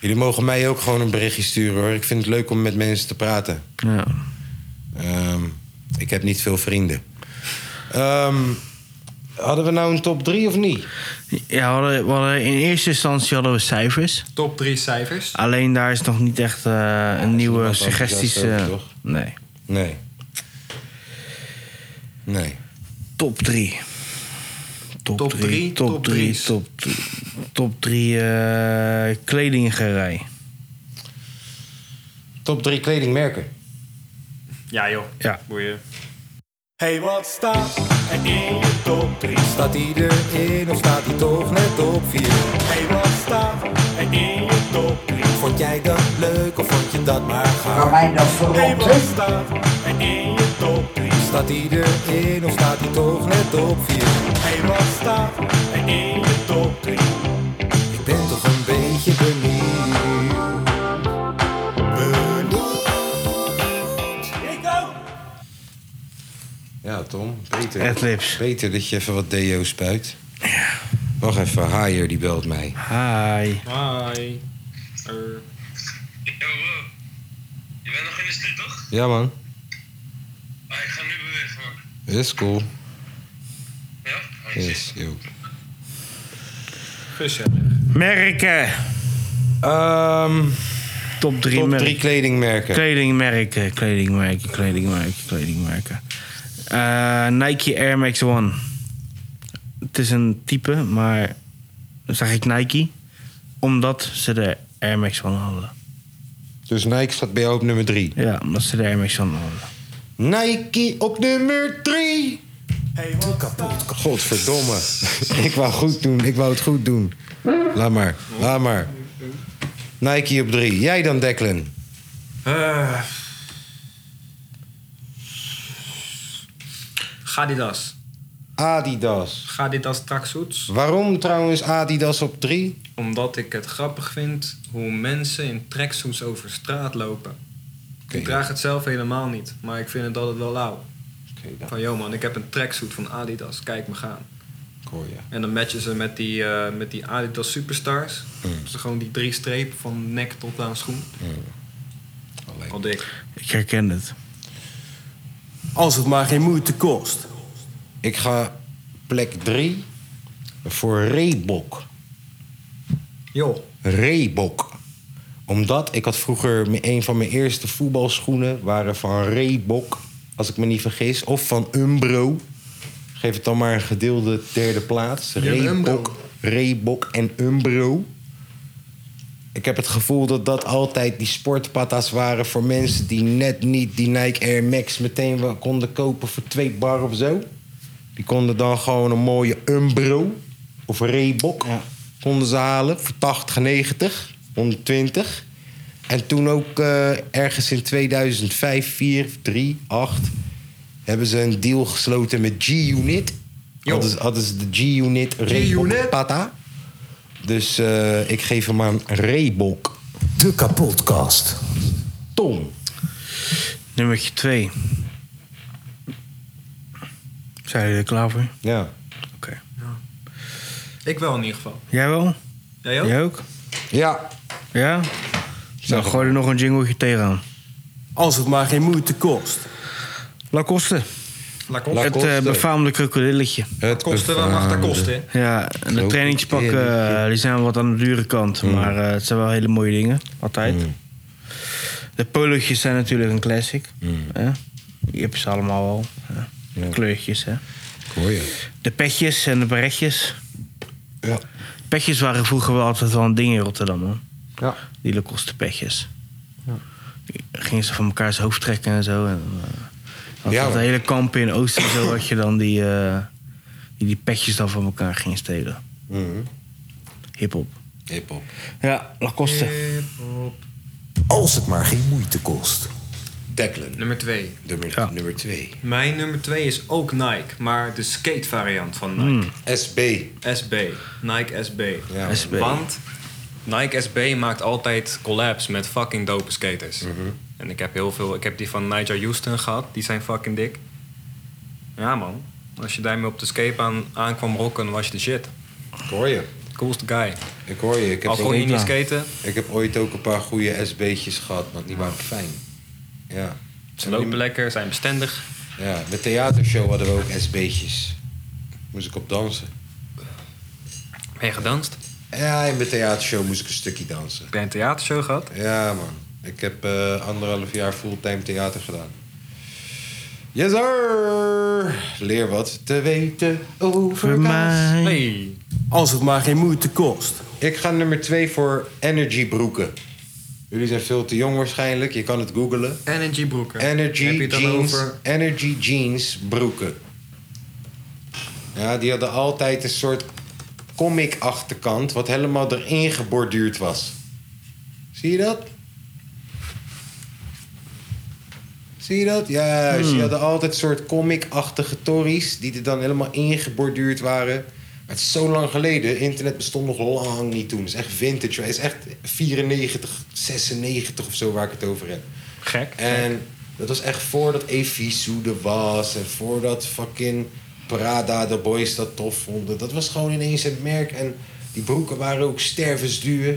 Jullie mogen mij ook gewoon een berichtje sturen hoor. Ik vind het leuk om met mensen te praten. Ja. Ehm, ik heb niet veel vrienden. Ehm, hadden we nou een top drie of niet? Ja, we hadden, we hadden- in eerste instantie hadden we cijfers. Top drie cijfers. Alleen daar is nog niet echt eh, een nieuwe niemand suggesties. enthousiast eh, over, toch? nee. Nee. Nee. Top 3. Top drie, drie, Top top 3. drie's. Top, top 3 eh kledinggerij. Top drie kledingmerken. Ja joh. Ja. Boeien. Hey, wat staat er in je top 3? Staat die erin of staat die toch net op 4? Hey, wat staat er in je top 3? Vond jij dat leuk of vond je dat maar gaaf? Mijn dat Hey, verrot. wat staat er in je top 3? Staat die erin of staat die toch net op 4? Hey, wat staat er in je top 3? Ik ben toch een beetje benieuwd. Benieuwd. Ja, Tom. Beter. Adlibs. Beter dat je even wat deo spuit. Wacht even, Haier die belt mij. Hi. Hi. Er. Yo, wow. Je bent nog in de stad, toch? Ja man. Ah, ik ga nu bewegen, man. Is cool. Ja? Ah, ik Yes, zit. yo. Guusje. Merken. Ehm, Top 3 top drie kledingmerken. kledingmerken. Kledingmerken, kledingmerken, kledingmerken. Eh, Nike Air Max One. Het is een type, maar dan zeg ik Nike. Omdat ze de Air Max One hadden. Dus Nike staat bij jou op nummer drie. Ja, omdat ze de Air Max One hadden. Nike op nummer 3. Godverdomme. (laughs) ik wou goed doen. Ik wou het goed doen. Laat maar. Laat maar. Nike op 3. Jij dan, Declan? Eh. Gadidas. Adidas. Gadidas tracksuits. Waarom trouwens Adidas op 3? Omdat ik het grappig vind hoe mensen in tracksuits over straat lopen. Ik draag het zelf helemaal niet, maar ik vind het altijd wel lauw. Van, yo man, ik heb een tracksuit van Adidas, kijk me gaan. En dan matchen ze met die, eh, met die Adidas Superstars. Dus gewoon die drie strepen van nek tot aan schoen. Al dik. Ik herken het. Als het maar geen moeite kost. Ik ga plek 3 voor Reebok. Joh, Reebok. Omdat ik had vroeger me- een van mijn eerste voetbalschoenen waren van Reebok, als ik me niet vergis, of van Umbro. Geef het dan maar een gedeelde derde plaats. hebt Reebok, Umbro. Reebok en Umbro. Ik heb het gevoel dat dat altijd die sportpatas waren voor mensen die net niet die Nike Air Max meteen wel konden kopen voor twee bar of zo. Die konden dan gewoon een mooie Umbro of Reebok konden ze halen voor 80, 90, 120. En toen ook eh, ergens in 2005, 4, 3, 8 hebben ze een deal gesloten met G-Unit. Hadden, ze- hadden ze de G-Unit Reebok G-Unit? Pata. Dus eh, ik geef hem aan Reebok. De kapotkast. Tom. Nummertje 2. Zijn jullie er klaar voor? Ja. Oké. ik wel in ieder geval. Jij wel? Jij ook? Jij ook? Ja. Ja? Nou, gooi er nog een jingletje tegenaan. Als het maar geen moeite kost. Lacoste. Lacoste. Het eh, befaamde krokodilletje. Het Kosten dan mag dat kosten, hè? Ja, en de trainingspakken eh, die zijn wat aan de dure kant. Maar eh, het zijn wel hele mooie dingen. Altijd. De polootjes zijn natuurlijk een classic. Hè? Die heb je ze allemaal wel. Mm. Ja. Kleurtjes, hè. Hoor je. De petjes en de beretjes. Ja. Petjes waren vroeger wel altijd wel een ding in Rotterdam, hoor. Ja. Die Lacoste petjes. Gingen ze van elkaar zijn hoofd trekken en zo. En, eh Ja, ja, hoor. de hele kamp in Oost en zo had je dan die, eh, die, die petjes dan van elkaar ging stelen. Mhm. Hip-hop. Hip-hop. Ja, Eh, Lacoste. Als het maar geen moeite kost. Declan, Nummer 2. nummer, Ja. nummer twee. Mijn nummer 2 is ook Nike, maar de skate variant van Nike. SB. SB. Nike SB. Ja. SB. Want Nike SB maakt altijd collabs met fucking dope skaters. En ik heb heel veel. Ik heb die van Nigel Houston gehad, die zijn fucking dik. Ja man, als je daarmee op de skatebaan aankwam rocken, was je de shit. Ik hoor je. Coolste guy. Ik hoor je. Ik heb, Al kon je ooit, niet skaten, ik heb ooit ook een paar goede SB'tjes gehad, maar die waren fijn. Ja. ze lopen lekker, zijn bestendig. Ja, met theatershow hadden we ook SB'tjes. Moest ik op dansen. Ben je gedanst? Ja, in mijn theatershow moest ik een stukje dansen. Heb je een theatershow gehad? Ja, man. Ik heb eh, anderhalf jaar fulltime theater gedaan. Yes, sir! Leer wat te weten over Voor kaas. mij. Nee. Als het maar geen moeite kost. Ik ga nummer twee voor energybroeken. Jullie zijn veel te jong waarschijnlijk. Je kan het googlen. Energy broeken. Heb je Energy het dan jeans, over? energy jeans broeken. Ja, die hadden altijd een soort comic achterkant wat helemaal erin geborduurd was. Zie je dat? Zie je dat? Ja, dus Hmm. die hadden altijd een soort comic-achtige tories die er dan helemaal ingeborduurd waren. Maar het is zo lang geleden. Internet bestond nog lang niet toen. Het is echt vintage. Het is echt 94, 96 of zo waar ik het over heb. Gek. En dat was echt voordat Evisu er was. En voordat fucking Prada de boys dat tof vonden. Dat was gewoon ineens het merk. En die broeken waren ook stervensduur.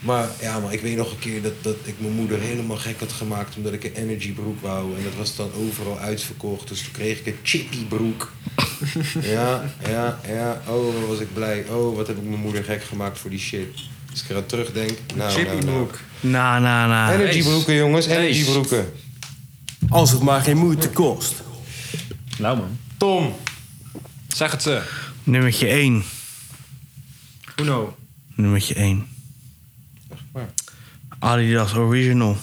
Maar ja, maar ik weet nog een keer dat, dat ik mijn moeder helemaal gek had gemaakt... omdat ik een energy broek wou. En dat was dan overal uitverkocht. Dus toen kreeg ik een chippy (laughs) broek. ja, ja, ja. Oh, wat was ik blij. Oh, wat heb ik mijn moeder gek gemaakt voor die shit. Als ik eraan terugdenk... Nou, Chippy nou, nou. broek. Na, na, na. Energy broeken, jongens. Ace. Energy broeken. Als het maar geen moeite kost. Nou man. Tom. Zeg het ze. Nummertje 1. Uno. Nummertje 1. Adidas Original.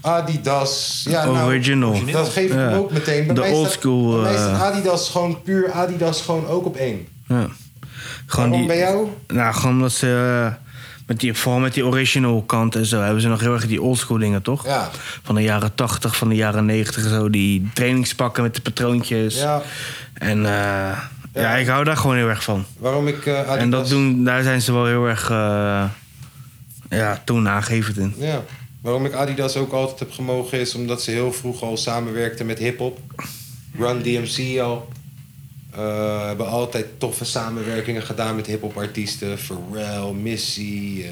Adidas. Ja, nou, original. dat geef ik hem Ja. ook meteen. Bij De mij staat- old school, Bij mij staat eh, Adidas gewoon puur Adidas gewoon ook op één. Ja. Gewoon Waarom die, bij jou? Nou, gewoon omdat ze... eh, Met die, vooral met die original kant en zo hebben ze nog heel erg die oldschool dingen, toch? Ja. Van de jaren 80, van de jaren 90 en zo. Die trainingspakken met de patroontjes. Ja. En eh, ja. ik hou daar gewoon heel erg van. Waarom ik eh, Adidas... En dat doen, daar zijn ze wel heel erg eh, ja, toen aangevend in. Ja. Waarom ik Adidas ook altijd heb gemogen is omdat ze heel vroeg al samenwerkten met hip-hop. Run DMC al. Eh, hebben altijd toffe samenwerkingen gedaan met hip-hop artiesten. Pharrell, Missy. eh,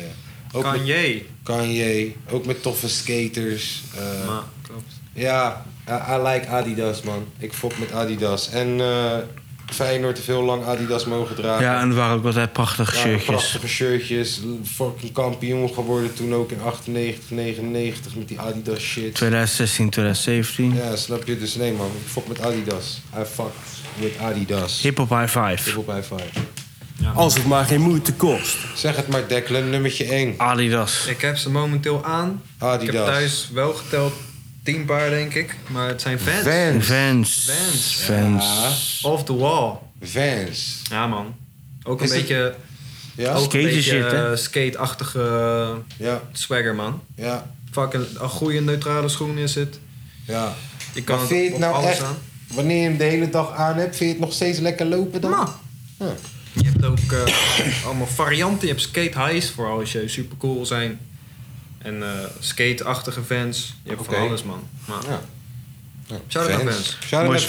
ook met Kanye. Kanye. Ook met toffe skaters. eh, Maar, klopt. Ja, I, I like Adidas, man. Ik fok met Adidas. En eh Feyenoord heeft heel lang Adidas mogen dragen. Ja, en er waren ook altijd prachtige Ja, shirtjes. Prachtige shirtjes. Fucking kampioen geworden toen ook in 98, 99 met die Adidas shit. 2016, 2017. Ja, snap je? Dus nee, man. Ik fok met Adidas. I fuck with Adidas. Hip Hop High Five. Hip-hop high five. Als het maar geen moeite kost. Zeg het maar, Declan. Nummertje 1. Adidas. Ik heb ze momenteel aan. Ik Adidas. heb thuis wel geteld 10 paar, denk ik. Maar het zijn fans. Vans. Vans. Vans. Vans. Off the wall. Vans. Ja, man. Ook een Is het- beetje, Ja? Oh. ook een Skate beetje shit, hè? eh, skate-achtige eh, Ja, swagger, man. ja, Fucking een goede neutrale schoen is het. ja. Je kan maar het vind je op het nou alles echt, aan. wanneer je hem de hele dag aan hebt, vind je het nog steeds lekker lopen dan? Nou, Ja. Je hebt ook eh, allemaal varianten. Je hebt skate highs voor als je super cool wil zijn. En eh, skate-achtige fans. Je hebt Oké. van alles, man. Maar, Ja. Shout-out naar Vans. Shout-out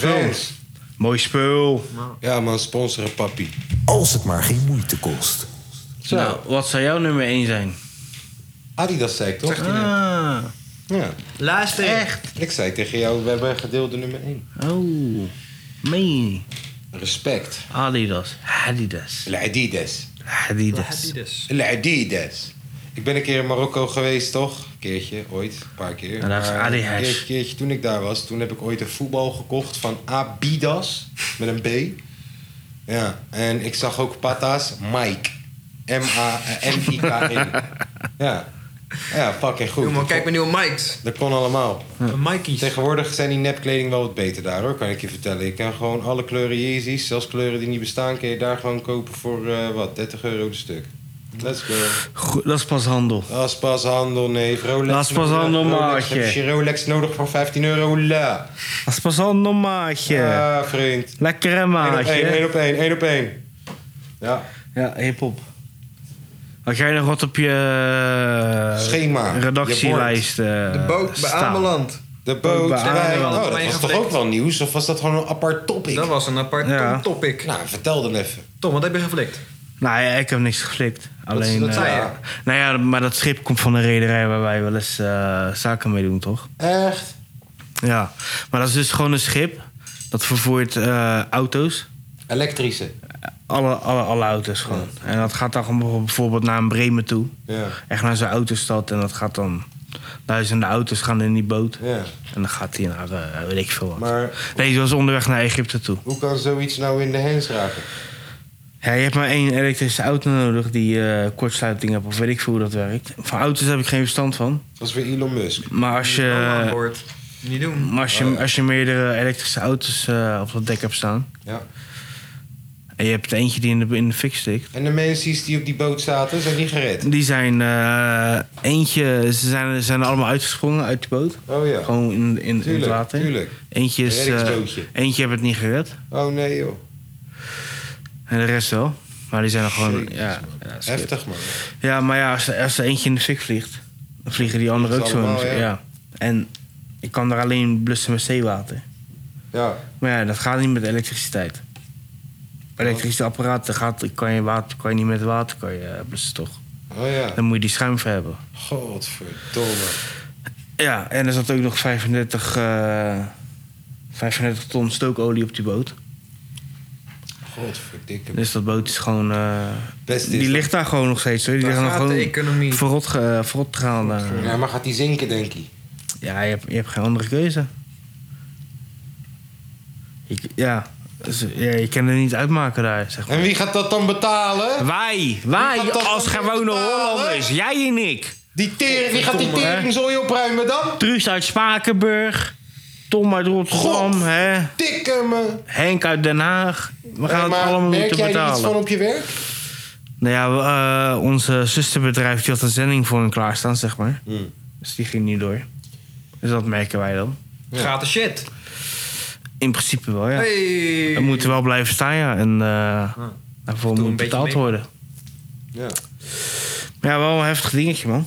Mooi naar spul. Vans. Mooi spul. Ja man, sponsoren papi. Als het maar geen moeite kost. Zo. Nou, wat zou jouw nummer 1 zijn? Adidas zei ik toch? Ah, nou? Ja. Laatste. Echt? Ik zei tegen jou, we hebben gedeelde nummer 1. oh. Meen je niet? Respect. Adidas. Adidas. Adidas. Adidas. Adidas. Ik ben een keer in Marokko geweest, toch? Een keertje, ooit. Een paar keer. En daar Nou, is Maar Adidas. Een keertje, keertje toen ik daar was, toen heb ik ooit een voetbal gekocht van Abidas. Met een B. Ja, en ik zag ook Pata's Mike. M-A-M-I-K-E. E. ja. ja, fucking goed. Jongen, kijk mijn nieuwe mics. Dat kon allemaal. Mikey's. Tegenwoordig zijn die nepkleding wel wat beter daar hoor, kan ik je vertellen. Ik kan gewoon alle kleuren Yeezys, zelfs kleuren die niet bestaan, kun je daar gewoon kopen voor eh, wat, 30 euro het stuk. Let's go. Goed, dat is pas handel. Dat is pas handel, nee. Rolex. Dat is pas handel, Rolex, maatje. Heb je Rolex nodig voor 15 euro? La. Dat is pas handel, maatje. Ja, vriend. Lekker hè, 1 op maatje. 1, 1 op 1, 1 op 1. Ja. Ja, hip-hop. Had jij nog wat op je eh, Schema, je redactielijst? eh, De boot bij staan? Ameland. De boot. Bij bij- Ameland. Oh, dat was toch ook wel nieuws? Of was dat gewoon een apart topic? Dat was een apart Ja. topic. Nou, vertel dan even. Tom, wat heb je geflikt? Nou ja, ik heb niks geflikt. Alleen. dat zei eh, je. Nou ja, maar dat schip komt van een rederij waar wij wel eens eh, zaken mee doen, toch? Echt? Ja. Maar dat is dus gewoon een schip dat vervoert eh, auto's. Elektrische. Alle, alle, alle auto's gewoon. En dat gaat dan gewoon bijvoorbeeld naar Bremen toe. Ja. Echt naar zo'n autostad. En dat gaat dan... Duizenden auto's gaan in die boot. Ja. En dan gaat hij naar, eh, weet ik veel wat. Maar- Nee, die was onderweg naar Egypte toe. Hoe kan zoiets nou in de hens raken? Ja, je hebt maar één elektrische auto nodig die eh kortsluiting hebt. Of weet ik veel hoe dat werkt. Van auto's heb ik geen verstand van. Dat is weer Elon Musk. Maar als Aan je, boord. Niet doen. maar als je, als je meerdere elektrische auto's eh, op dat dek hebt staan... Ja. en je hebt eentje die in de, in de fik stikt... En de mensen die op die boot zaten, zijn die gered? Die zijn eh, eentje, ze zijn, zijn er allemaal uitgesprongen uit de boot. Oh ja. Gewoon in, in, in het Tuurlijk, water. tuurlijk. Eentje, is, Een eh, reddingsbootje. eentje hebben het niet gered. Oh nee joh. En de rest wel. Maar die zijn er gewoon. Ja, ja, dat is kut. Heftig man. ja, maar ja, als er, als er eentje in de fik vliegt, dan vliegen die anderen ook Vliegen zo. in de allemaal, fik, ja. ja. En ik kan daar alleen blussen met zeewater. Ja. Maar ja, dat gaat niet met elektriciteit. Elektrische apparaten gaat, kan, je water, kan je niet met water kan je eh, blussen, toch? Oh ja. Dan moet je die schuim voor hebben. Godverdomme. Ja, en er zat ook nog 35, eh, 35 ton stookolie op die boot. Godverdikke. Dus dat boot is gewoon. eh, Best is die dat. ligt daar gewoon nog steeds. Hoor. Die Daar ligt gaat de economie. Verrot, ge- eh, verrot te gaan. daar. Ja, maar gaat die zinken denk ik? Ja, je hebt, je hebt geen andere keuze. Je- ja, dus, ja, je kan er niet uitmaken daar, zeg maar. En wie gaat dat dan betalen? Wij, wij gaat dat als dan gewone betalen? Hollanders. Jij en ik. Die tering, wie gaat die Godverdomme, hè? teringzooi opruimen dan? Truus uit Spakenburg. Tom uit Rotterdam. God. Hè? Dikke me. Henk uit Den Haag. We gaan Hey, het eh. maar allemaal merk moeten jij er iets betalen. van op je werk? Nou ja, we, eh, onze zusterbedrijf die had een zending voor hem klaarstaan, zeg maar. Hmm. Dus die ging niet door. Dus dat merken wij dan. Gratis shit. In principe wel, ja. Hey. We moeten wel blijven staan, ja. En eh, daarvoor Ah. een moet beetje betaald mee. worden. Ja. Maar ja, wel een heftig dingetje, man.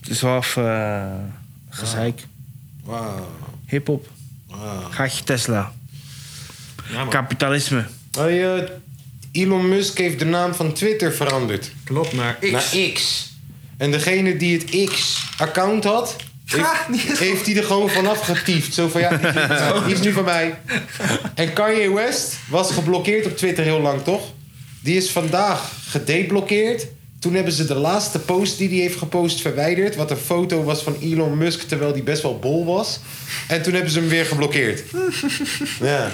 Het is wel af eh, gezeik. Ah. Wauw. Hip-hop. Wauw. Gaatje Tesla. Kapitalisme. Hey, eh, Elon Musk heeft de naam van Twitter veranderd. Klopt naar X. Naar X. En degene die het X-account had, heeft, heeft hij er gewoon vanaf getiefd. Zo van ja, die- die- die is nu van mij. En Kanye West was geblokkeerd op Twitter heel lang, toch? Die is vandaag gedeblokkeerd. Toen hebben ze de laatste post die hij heeft gepost verwijderd. Wat een foto was van Elon Musk terwijl die best wel bol was. En toen hebben ze hem weer geblokkeerd. Ja.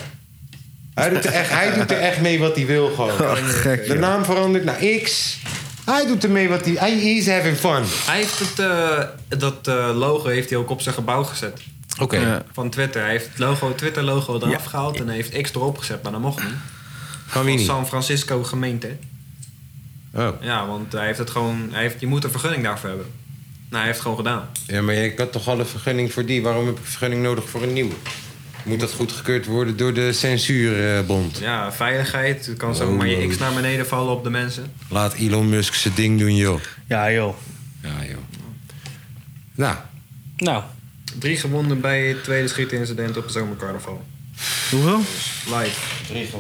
Hij doet er echt, hij doet er echt mee wat hij wil gewoon. (laughs) gek, de naam verandert naar X. Hij doet ermee wat hij... Hij is having fun. Hij heeft het, eh, dat eh, logo heeft hij ook op zijn gebouw gezet. Oké. Ja. Van Twitter. Hij heeft het logo, Twitter-logo eraf gehaald en hij heeft X erop gezet, maar dat mocht niet. Kan Van wie niet? San Francisco gemeente. Oh. Ja, want hij heeft het gewoon. Hij heeft, je moet een vergunning daarvoor hebben. Nou, hij heeft het gewoon gedaan. Ja, maar ik had toch al een vergunning voor die. Waarom heb ik vergunning nodig voor een nieuwe? Moet dat goedgekeurd worden door de censuurbond? Ja, veiligheid. Je kan zomaar Oh. je X naar beneden vallen op de mensen. Laat Elon Musk zijn ding doen, joh. Ja, joh. Ja, joh. Nou, Nou, Drie gewonden bij het tweede schietincident op het zomercarnaval. hoeveel? Live.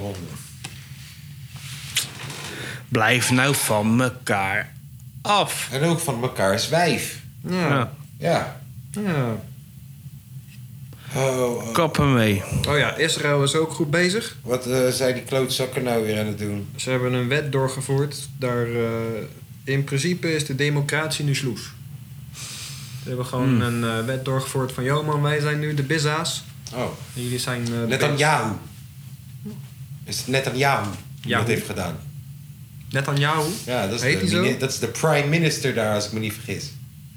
Blijf nou van elkaar af. en ook van mekaars wijf. Ja. Ja. Ja. Oh, Kappen mee. Oh ja, Israël is ook goed bezig. wat eh, zijn die klootzakken nou weer aan het doen? Ze hebben een wet doorgevoerd. Daar, eh, in principe is de democratie nu sloes. Ze hebben Hmm. gewoon een eh, wet doorgevoerd van... ...joh man, wij zijn nu de bizza's. Oh, En Jullie zijn... eh, de net biz- aan Yahoo. Is het net aan Yahoo? die dat heeft gedaan. Netanyahu? Ja, dat Heet is, die de, zo? mini- dat is de prime minister daar, als ik me niet vergis.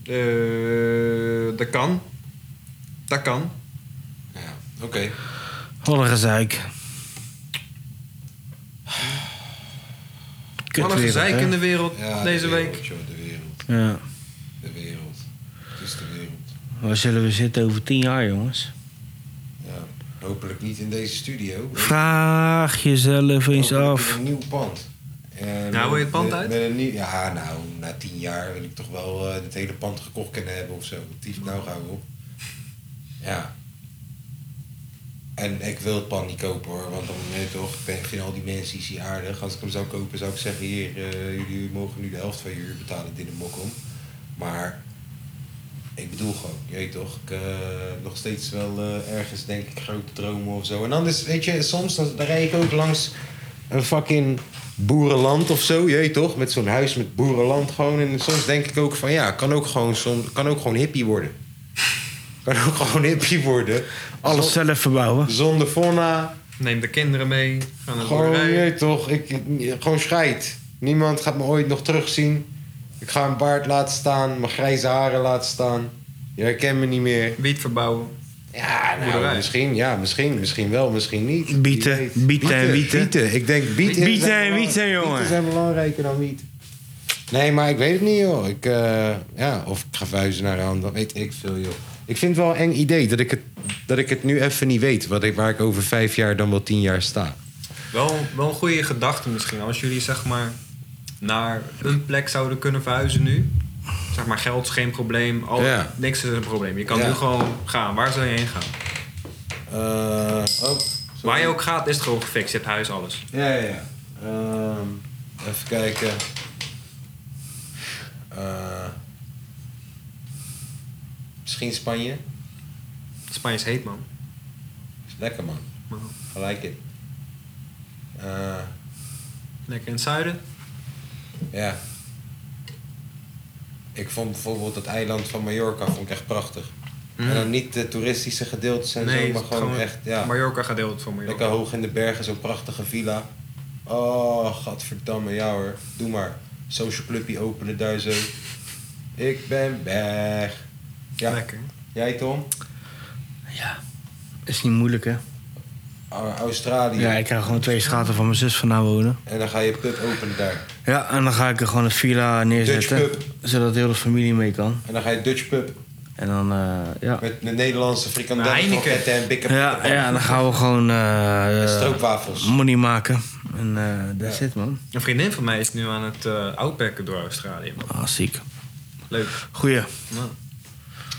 Eh, dat kan. Dat kan. Oké. Wat een gezeik. Kut Wat een wereld, gezeik hè? in de wereld Ja, deze de wereld, week. joh, de wereld. Ja. De wereld. Het is de wereld. Waar zullen we zitten over tien jaar, jongens? Ja. Hopelijk niet in deze studio. Vraag jezelf eens Hopelijk in af. Een nieuw pand. Eh, Nou, wil je het pand met- uit? Met een nieuw, ja, nou, na tien jaar wil ik toch wel eh het hele pand gekocht kunnen hebben of zo. Tief nou gauw op. Ja. En ik wil het pand niet kopen hoor, want dan weet je toch, ik ben- vind al die mensen hier aardig. Als ik hem zou kopen, zou ik zeggen: hier, eh, jullie mogen nu de helft van je huur betalen, dit en mok om. Maar ik bedoel gewoon, je weet toch, ik eh, heb nog steeds wel eh, ergens denk ik grote dromen of zo. En dan is, weet je, soms dan, dan rijd ik ook langs een fucking boerenland of zo, je weet toch, met zo'n huis met boerenland gewoon. En soms denk ik ook van ja, kan ook gewoon, soms, kan ook gewoon hippie worden. Kan ook gewoon hippie worden. Alles Alles zelf verbouwen. zonder fonna. Neem de kinderen mee. Ga naar de Gewoon, je boerderij. weet toch, ik, ik- gewoon scheid. Niemand gaat me ooit nog terugzien. Ik ga een baard laten staan, mijn grijze haren laten staan. Je herkent me niet meer. Wiet verbouwen. Ja, nou, Boerderij. misschien, ja, misschien, misschien wel, misschien niet. Wie Bieten, weet. bieten en wieten. Ik denk bieten. Bieten zijn en belang- wieten, jongen. Bieten zijn belangrijker dan wiet. Nee, maar ik weet het niet, joh. Ik, eh, ja, of ik ga vuizen naar aan, dat weet ik veel, joh. Ik vind het wel een eng idee dat ik het, dat ik het nu even niet weet. Wat ik, waar ik over vijf jaar dan wel tien jaar sta. Wel, wel een goede gedachte misschien. Als jullie zeg maar naar een plek zouden kunnen verhuizen nu. Zeg maar, geld is geen probleem. Al, Ja. Niks is een probleem. Je kan Ja. nu gewoon gaan. Waar zou je heen gaan? Eh, oh, sorry. Waar je ook gaat, is het gewoon gefixt. Je hebt huis, alles. Ja, ja, ja. Ehm, even kijken. Eh, misschien Spanje. Spanje is heet, man. Is lekker, man. Wow. Gelijk it. Eh, Lekker in het zuiden. ja. Ik vond bijvoorbeeld het eiland van Mallorca vond ik echt prachtig. En dan niet de toeristische gedeeltes en zo, maar gewoon, echt... Ja. Mallorca gedeeld van Mallorca. Lekker hoog in de bergen, zo'n prachtige villa. Oh, godverdamme, ja hoor. Doe maar. Social clubje openen daar zo. Ik ben weg. Ja, Lekker. jij Tom? Ja. Is niet moeilijk, hè? Au- Australië. Ja, ik krijg gewoon twee straten van mijn zus vandaan wonen. En dan ga je pub openen daar. Ja, en dan ga ik er gewoon een villa neerzetten. Dutch Zodat heel de familie mee kan. En dan ga je Dutch pub En dan, eh, ja. met de Nederlandse frikandellen, Heineken. kroketten en bikken. Ja, ja, dan gaan we gewoon eh, En eh, stroopwafels. money maken. En eh daar zit man. Een vriendin van mij is nu aan het eh outbacken door Australië. man. Ah, ziek. Leuk. Goeie. Nou,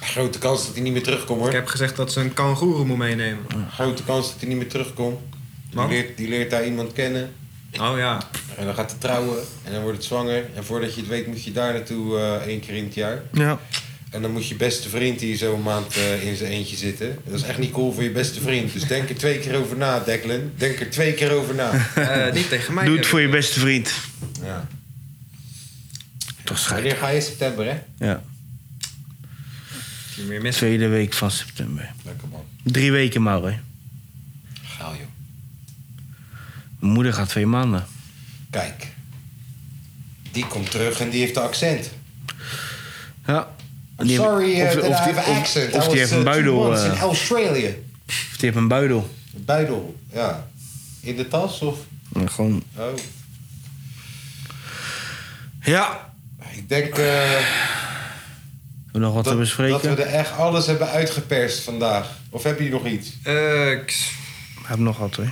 Grote kans dat hij niet meer terugkomt ik hoor. heb gezegd dat ze een kangoeroe moet meenemen. Grote kans dat hij niet meer terugkomt. Die Want? leert, die leert daar iemand kennen. Oh ja. En dan gaat hij trouwen. En dan wordt het zwanger. En voordat je het weet moet je daar naartoe eh, één keer in het jaar. Ja. En dan moet je beste vriend hier zo'n maand eh, in zijn eentje zitten. Dat is echt niet cool voor je beste vriend. Dus denk er twee keer over na, Declan. Denk er twee keer over na. (laughs) Eh, niet tegen mij. Doe het voor je beste vriend. Ja. Toch Wanneer schijt. ga je in september, hè? Ja. je meer missen. Tweede week van september. Lekker man. Drie weken, Mauro. Gaal, joh. Mijn moeder gaat twee maanden. Kijk. Die komt terug en die heeft de accent. Ja. I'm Die heeft- sorry, eh, of- that of I die- have of- an accent. of die I was, heeft eh, een two buidel, months eh. in Australië. Of die heeft een buidel. Buidel, ja. In de tas of? Ja, gewoon. Oh. Ja. Ik denk... eh, We hebben nog wat te dat, dat we bespreken. er echt alles hebben uitgeperst vandaag. Of heb je nog iets? Eh, ik s- We hebben nog wat hoor.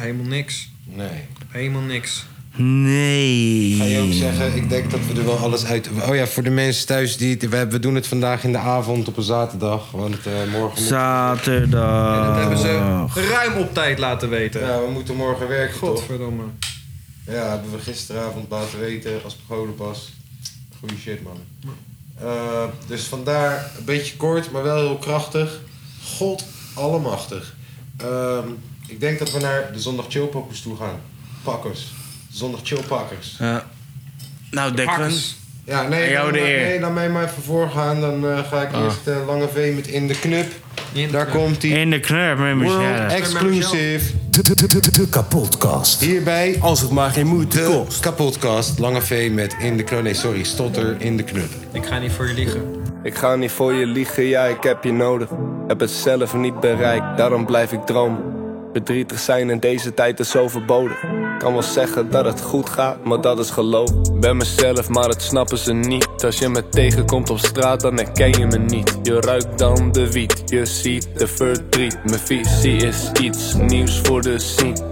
helemaal niks. Nee. Helemaal niks. Nee. Ga je ook zeggen, ik denk dat we er wel alles uit... Oh ja, voor de mensen thuis, die het- we, we doen het vandaag in de avond op een zaterdag. Want eh, morgen... moet- Zaterdag. En dat hebben Oh. ze ruim op tijd laten weten. ja, we moeten morgen werken, toch? Godverdomme. Ja, hebben we gisteravond laten weten als pas. Goeie shit, man. Eh, dus vandaar een beetje kort, maar wel heel krachtig. God allemachtig. Ehm, ik denk dat we naar de zondag chillpakkers toe gaan. Pakkers. Zondag chillpakkers. Ja. Nou, Declan. Pakkers. Ja, nee, Aan jou dan, de eer. Ah. nee, laat mij maar even voorgaan. Dan eh, ga ik eerst eh, Lange V met In de Knup. Daar komt hij. In de knurp met World Michelle. exclusive. De, de, de, de, de kapotkast. Hierbij Als het maar geen moeite de kost. kapotkast. Lange V met in de knop. Nee, sorry. Stotter in de knop. Ik ga niet voor je liegen. Ik ga niet voor je liegen, ja, ik heb je nodig. Heb het zelf niet bereikt, daarom blijf ik dromen. Verdrietig zijn in deze tijd is zo verboden. Kan wel zeggen dat het goed gaat, maar dat is geloof. Ben mezelf, maar dat snappen ze niet. Als je me tegenkomt op straat, dan herken je me niet. Je ruikt dan de wiet, je ziet de verdriet. Mijn visie is iets nieuws voor de scene.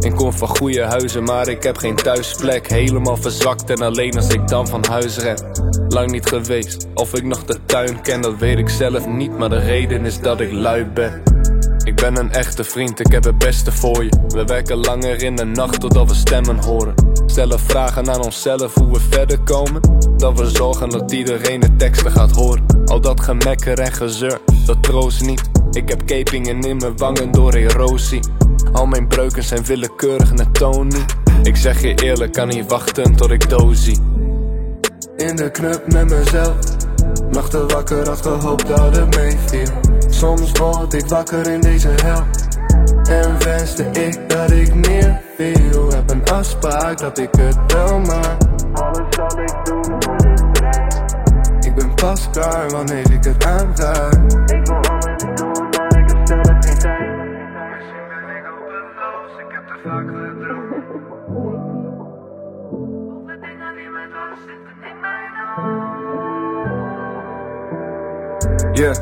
Ik kom van goede huizen, maar ik heb geen thuisplek. Helemaal verzwakt en alleen als ik dan van huis ren. Lang niet geweest, of ik nog de tuin ken, dat weet ik zelf niet. Maar de reden is dat ik lui ben. Ik ben een echte vriend, ik heb het beste voor je. We werken langer in de nacht totdat we stemmen horen. Stellen vragen aan onszelf hoe we verder komen. Dat we zorgen dat iedereen de teksten gaat horen. Al dat gemekker en gezeur, dat troost niet. Ik heb kepingen in mijn wangen door erosie. Al mijn breuken zijn willekeurig naar Tony. Ik zeg je eerlijk, kan niet wachten tot ik dozie. In de club met mezelf. Nachten wakker had gehoopt dat het meeviel. Soms word ik wakker in deze hel. En wenste ik dat ik meer viel. Heb een afspraak dat ik het wel maak. Alles zal ik doen voor de Ik ben pas klaar wanneer ik het aanraak. Ik wil alles doen, maar ik heb zelf geen tijd. Yeah,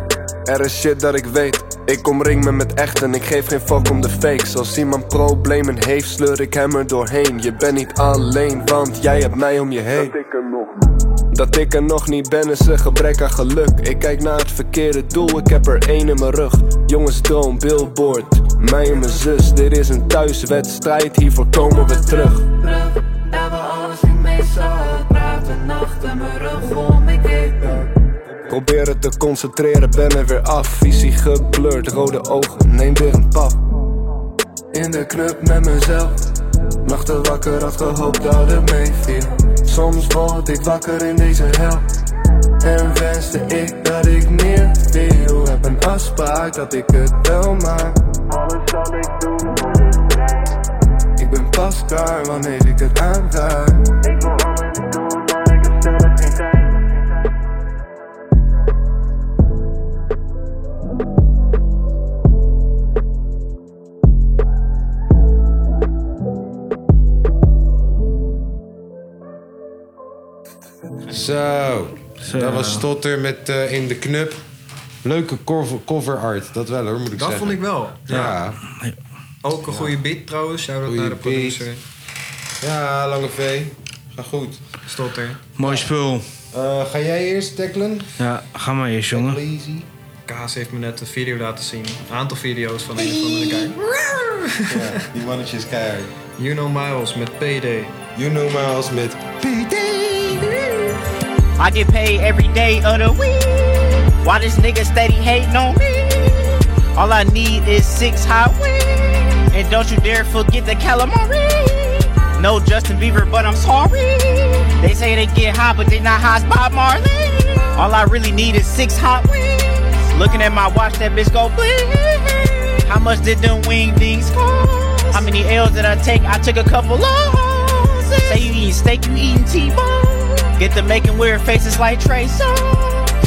er is shit dat ik weet. Ik omring me met echten, ik geef geen fuck om de fakes. Als iemand problemen heeft, sleur ik hem er doorheen. Je bent niet alleen, want jij hebt mij om je heen. Dat ik er nog niet ben is een gebrek aan geluk. Ik kijk naar het verkeerde doel, ik heb er één in mijn rug. Jongensdroom, billboard, mij en mijn zus. Dit is een thuiswedstrijd, hiervoor komen we terug. Proberen te concentreren, ben er weer af. Visie geblurred, rode ogen, neem weer een pap. In de club met mezelf. Nachten wakker had gehoopt dat het meeviel. Soms word ik wakker in deze hel. En wenste ik dat ik meer wil. Heb een afspraak dat ik het wel maak. Alles zal ik doen voor de strijd. Ik ben pas klaar wanneer ik het aanraak. Ik wil alles doen, maar ik heb zelf geen tijd. Zo. Zo. Dat was Stotter met eh, in de knup. Leuke cover, cover art. Dat wel hoor, moet ik Dat zeggen. vond ik wel. Ja. Ook een goede beat trouwens. Shout-out Goeie naar de producer. Ja, lange V. Ga goed. Stotter. Mooi spul. Eh, ga jij eerst tackelen? Ja, ga maar eerst, jongen. Lazy. Kaas heeft me net een video laten zien. Een aantal video's van een of andere kijk. Ja, die mannetje is keihard. You Know Miles met PD. You know Miles met I get paid every day of the week. Why this nigga steady hating on me? All I need is six highway. And don't you dare forget the calamari. No Justin Bieber, but I'm sorry. They say they get high, but they not high as Bob Marley. All I really need is six hot wings. Looking at my watch, that bitch go bling. How much did them wing things cost? How many L's did I take? I took a couple losses. Say you eating steak, you eating T-bone. Get to making weird faces like Trey Songz.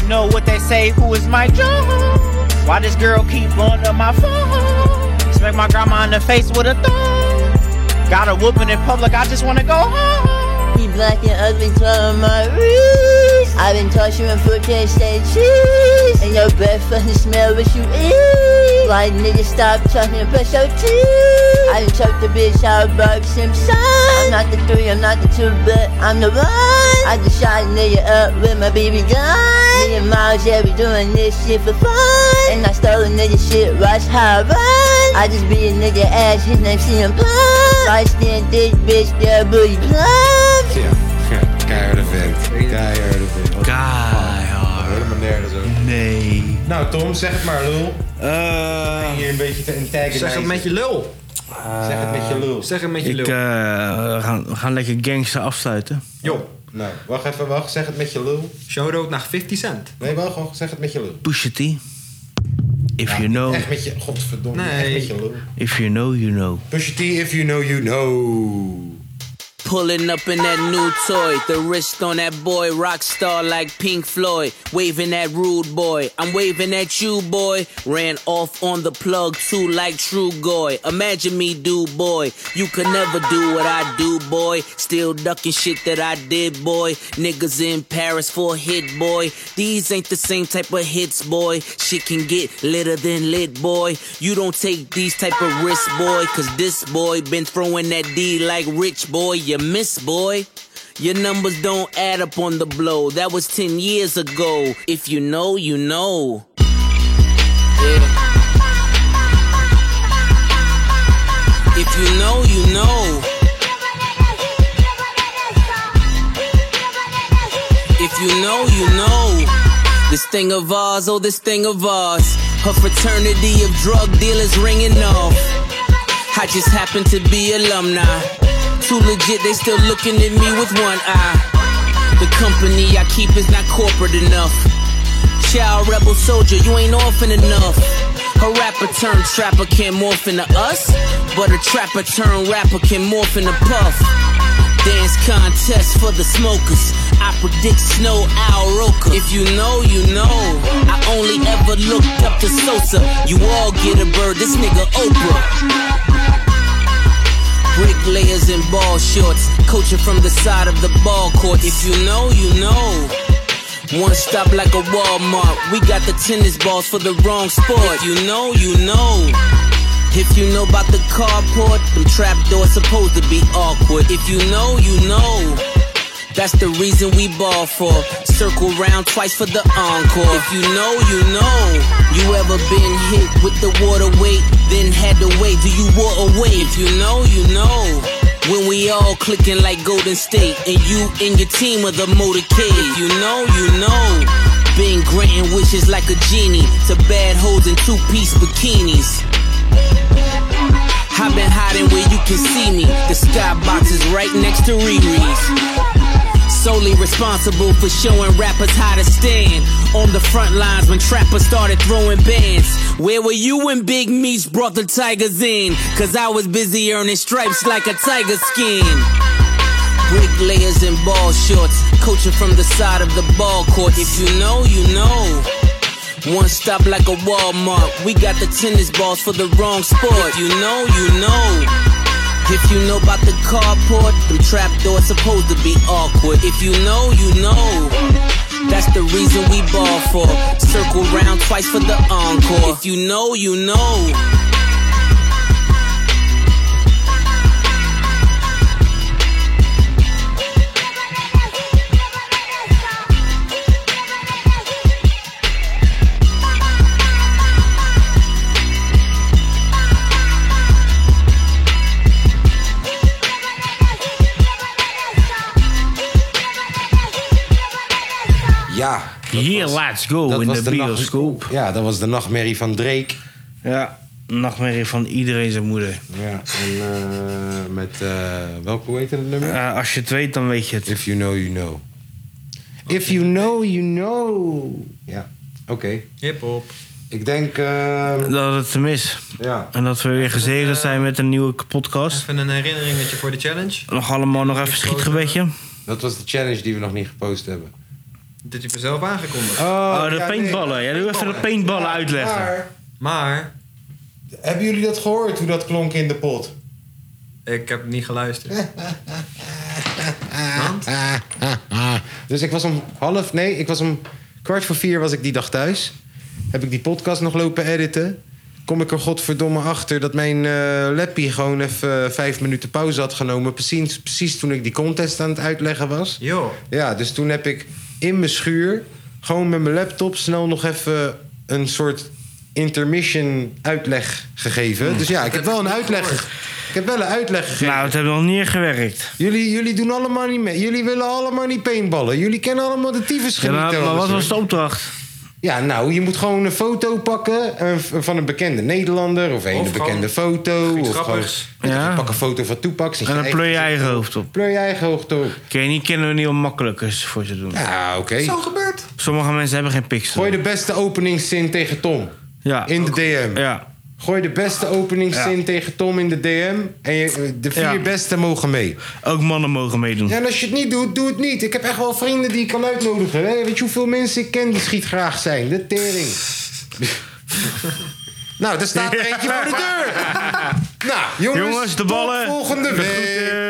You know what they say, who is my Jones? Why this girl keep blowing up my phone? Smack my grandma in the face with a thumb. Got a whooping in public, I just wanna go home. He black and ugly, twirling my wrist. I've been torturing for can't say cheese. And your breath fucking smell what you eat. Like niggas stop talking and brush your teeth. I done choked the bitch out Barb Simpson. I'm not the three, I'm not the two, but I'm the one. I just shot a nigga up with my BB gun. Me and Miles, yeah, we doing this shit for fun. And I stole a nigga shit, watch how I run. I just be a nigga ass, his name CM Punk. Light skin, thick bitch, that booty plug. Ja. Keiharde vent. Keiharde vent. Wat Helemaal nergens ook. Nee. Nou Tom, zeg het maar lul. Eh, Hier een beetje te antagonizen. Zeg het met je lul. Zeg het met je lul. Zeg het met je ik, eh, lul. we, gaan, we gaan lekker gangster afsluiten. Yo. Nou, wacht even, wacht. Zeg het met je lul. Shout-out naar 50 Cent. Nee, wel gewoon zeg het met je lul. Pusha T. If you know. Echt met je, godverdomme, Nee. echt met je lul. If you know, you know. Pusha T, if you know, you know. Pulling up in that new toy, the wrist on that boy, rock star like Pink Floyd, waving that rude boy. I'm waving at you, boy. Ran off on the plug too, like True Goy. Imagine me, dude, boy. You could never do what I do, boy. Still ducking shit that I did, boy. Niggas in Paris for a hit, boy. These ain't the same type of hits, boy. Shit can get litter than lit, boy. You don't take these type of risks, boy. Cause this boy been throwing that D like rich boy. You miss, boy. Your numbers don't add up on the blow. That was 10 years ago. If you know, you know. Yeah. If you know, you know. If you know, you know. This thing of ours, oh, this thing of ours. A fraternity of drug dealers ringing off. I just happen to be alumni. Too legit, they still looking at me with one eye. The company I keep is not corporate enough. Child rebel soldier, you ain't orphan enough. A rapper turned trapper can morph into us, but a trapper turned rapper can morph into puff. Dance contest for the smokers. I predict snow owl roker. If you know, you know. I only ever looked up to Sosa. You all get a bird, this nigga Oprah. Bricklayers in ball shorts, coaching from the side of the ball court. If you know, you know. One stop like a Walmart. We got the tennis balls for the wrong sport. If you know, you know. If you know about the carport, them trap doors supposed to be awkward. If you know, you know. That's the reason we ball for. Circle round twice for the encore. If you know, you know. You ever been hit with the water weight, then had to wait? Do you water away? If you know, you know. When we all clicking like Golden State, and you and your team are the motorcade. If you know, you know. Been granting wishes like a genie to bad hoes in two piece bikinis. I've been hiding where you can see me. The skybox is right next to Riri's. Solely responsible for showing rappers how to stand on the front lines when trappers started throwing bands. Where were you when Big Meech brought the Tigers in? Cause I was busy earning stripes like a tiger skin. Bricklayers in ball shorts, coaching from the side of the ball court. If you know, you know. One stop like a Walmart. We got the tennis balls for the wrong sport. If you know, you know. If you know about the carport, them trap doors supposed to be awkward. If you know, you know. That's the reason we ball for. Circle round twice for the encore. If you know, you know. Ja. Yeah, let's go Oh, in de bioscoop. Ja, dat was de nachtmerrie van Drake. Ja, nachtmerrie van iedereen zijn moeder. Ja, en eh, met eh, welke, hoe heette het nummer? Eh, als je het weet, dan weet je het. If you know, you know. If you know, you know. Ja, oké. Hip-hop. Ik denk... eh, Dat het hem is. Ja. En dat we weer gezegend zijn met een nieuwe podcast. Even een herinnering voor de challenge. Nog allemaal nog even schietgebedje. Dat was de challenge die we nog niet gepost hebben. Dit heb je zelf aangekondigd. Oh, de paintballen. Ja, doe even de paintballen uitleggen. Maar, Maar hebben jullie dat gehoord, hoe dat klonk in de pot? ik heb niet geluisterd. Dus ik was om half, nee, ik was om kwart voor vier was ik die dag thuis. Heb ik die podcast nog lopen editen. Kom ik er godverdomme achter dat mijn eh lappie gewoon even eh, vijf minuten pauze had genomen. Precies, precies toen ik die contest aan het uitleggen was. Yo. Ja, dus toen heb ik in mijn schuur gewoon met mijn laptop snel nog even een soort intermission uitleg gegeven. Dus ja, ik heb wel een uitleg. Ik heb wel een uitleg gegeven. Nou, het hebben nog niet gewerkt. Jullie, jullie doen allemaal niet mee. Jullie willen allemaal niet paintballen. Jullie kennen allemaal de tyfus Ja, maar, maar wat was de opdracht? Ja, nou, je moet gewoon een foto pakken eh, v- van een bekende Nederlander... of een hele gewoon bekende foto. iets Of gewoon, grappigs. ja. Ja. Pak een foto van Toepak. En dan pleur je eigen hoofd op. Pleur je eigen hoofd op. Oké, die kennen we niet om makkelijkers voor ze doen. Ja, oké. gebeurt. Sommige mensen hebben geen pixel. Gooi de beste openingszin tegen Tom. in de DM. Gooi de beste openingszin tegen Tom in de DM. En je, de vier Ja. beste mogen mee. Ook mannen mogen meedoen. Ja, en als je het niet doet, doe het niet. Ik heb echt wel vrienden die ik kan uitnodigen. Hè? Weet je hoeveel mensen ik ken die schietgraag zijn? (laughs) De tering. (laughs) nou, er staat er eentje voor de deur. Nou, jongens, Jongens, de tot ballen. volgende De week.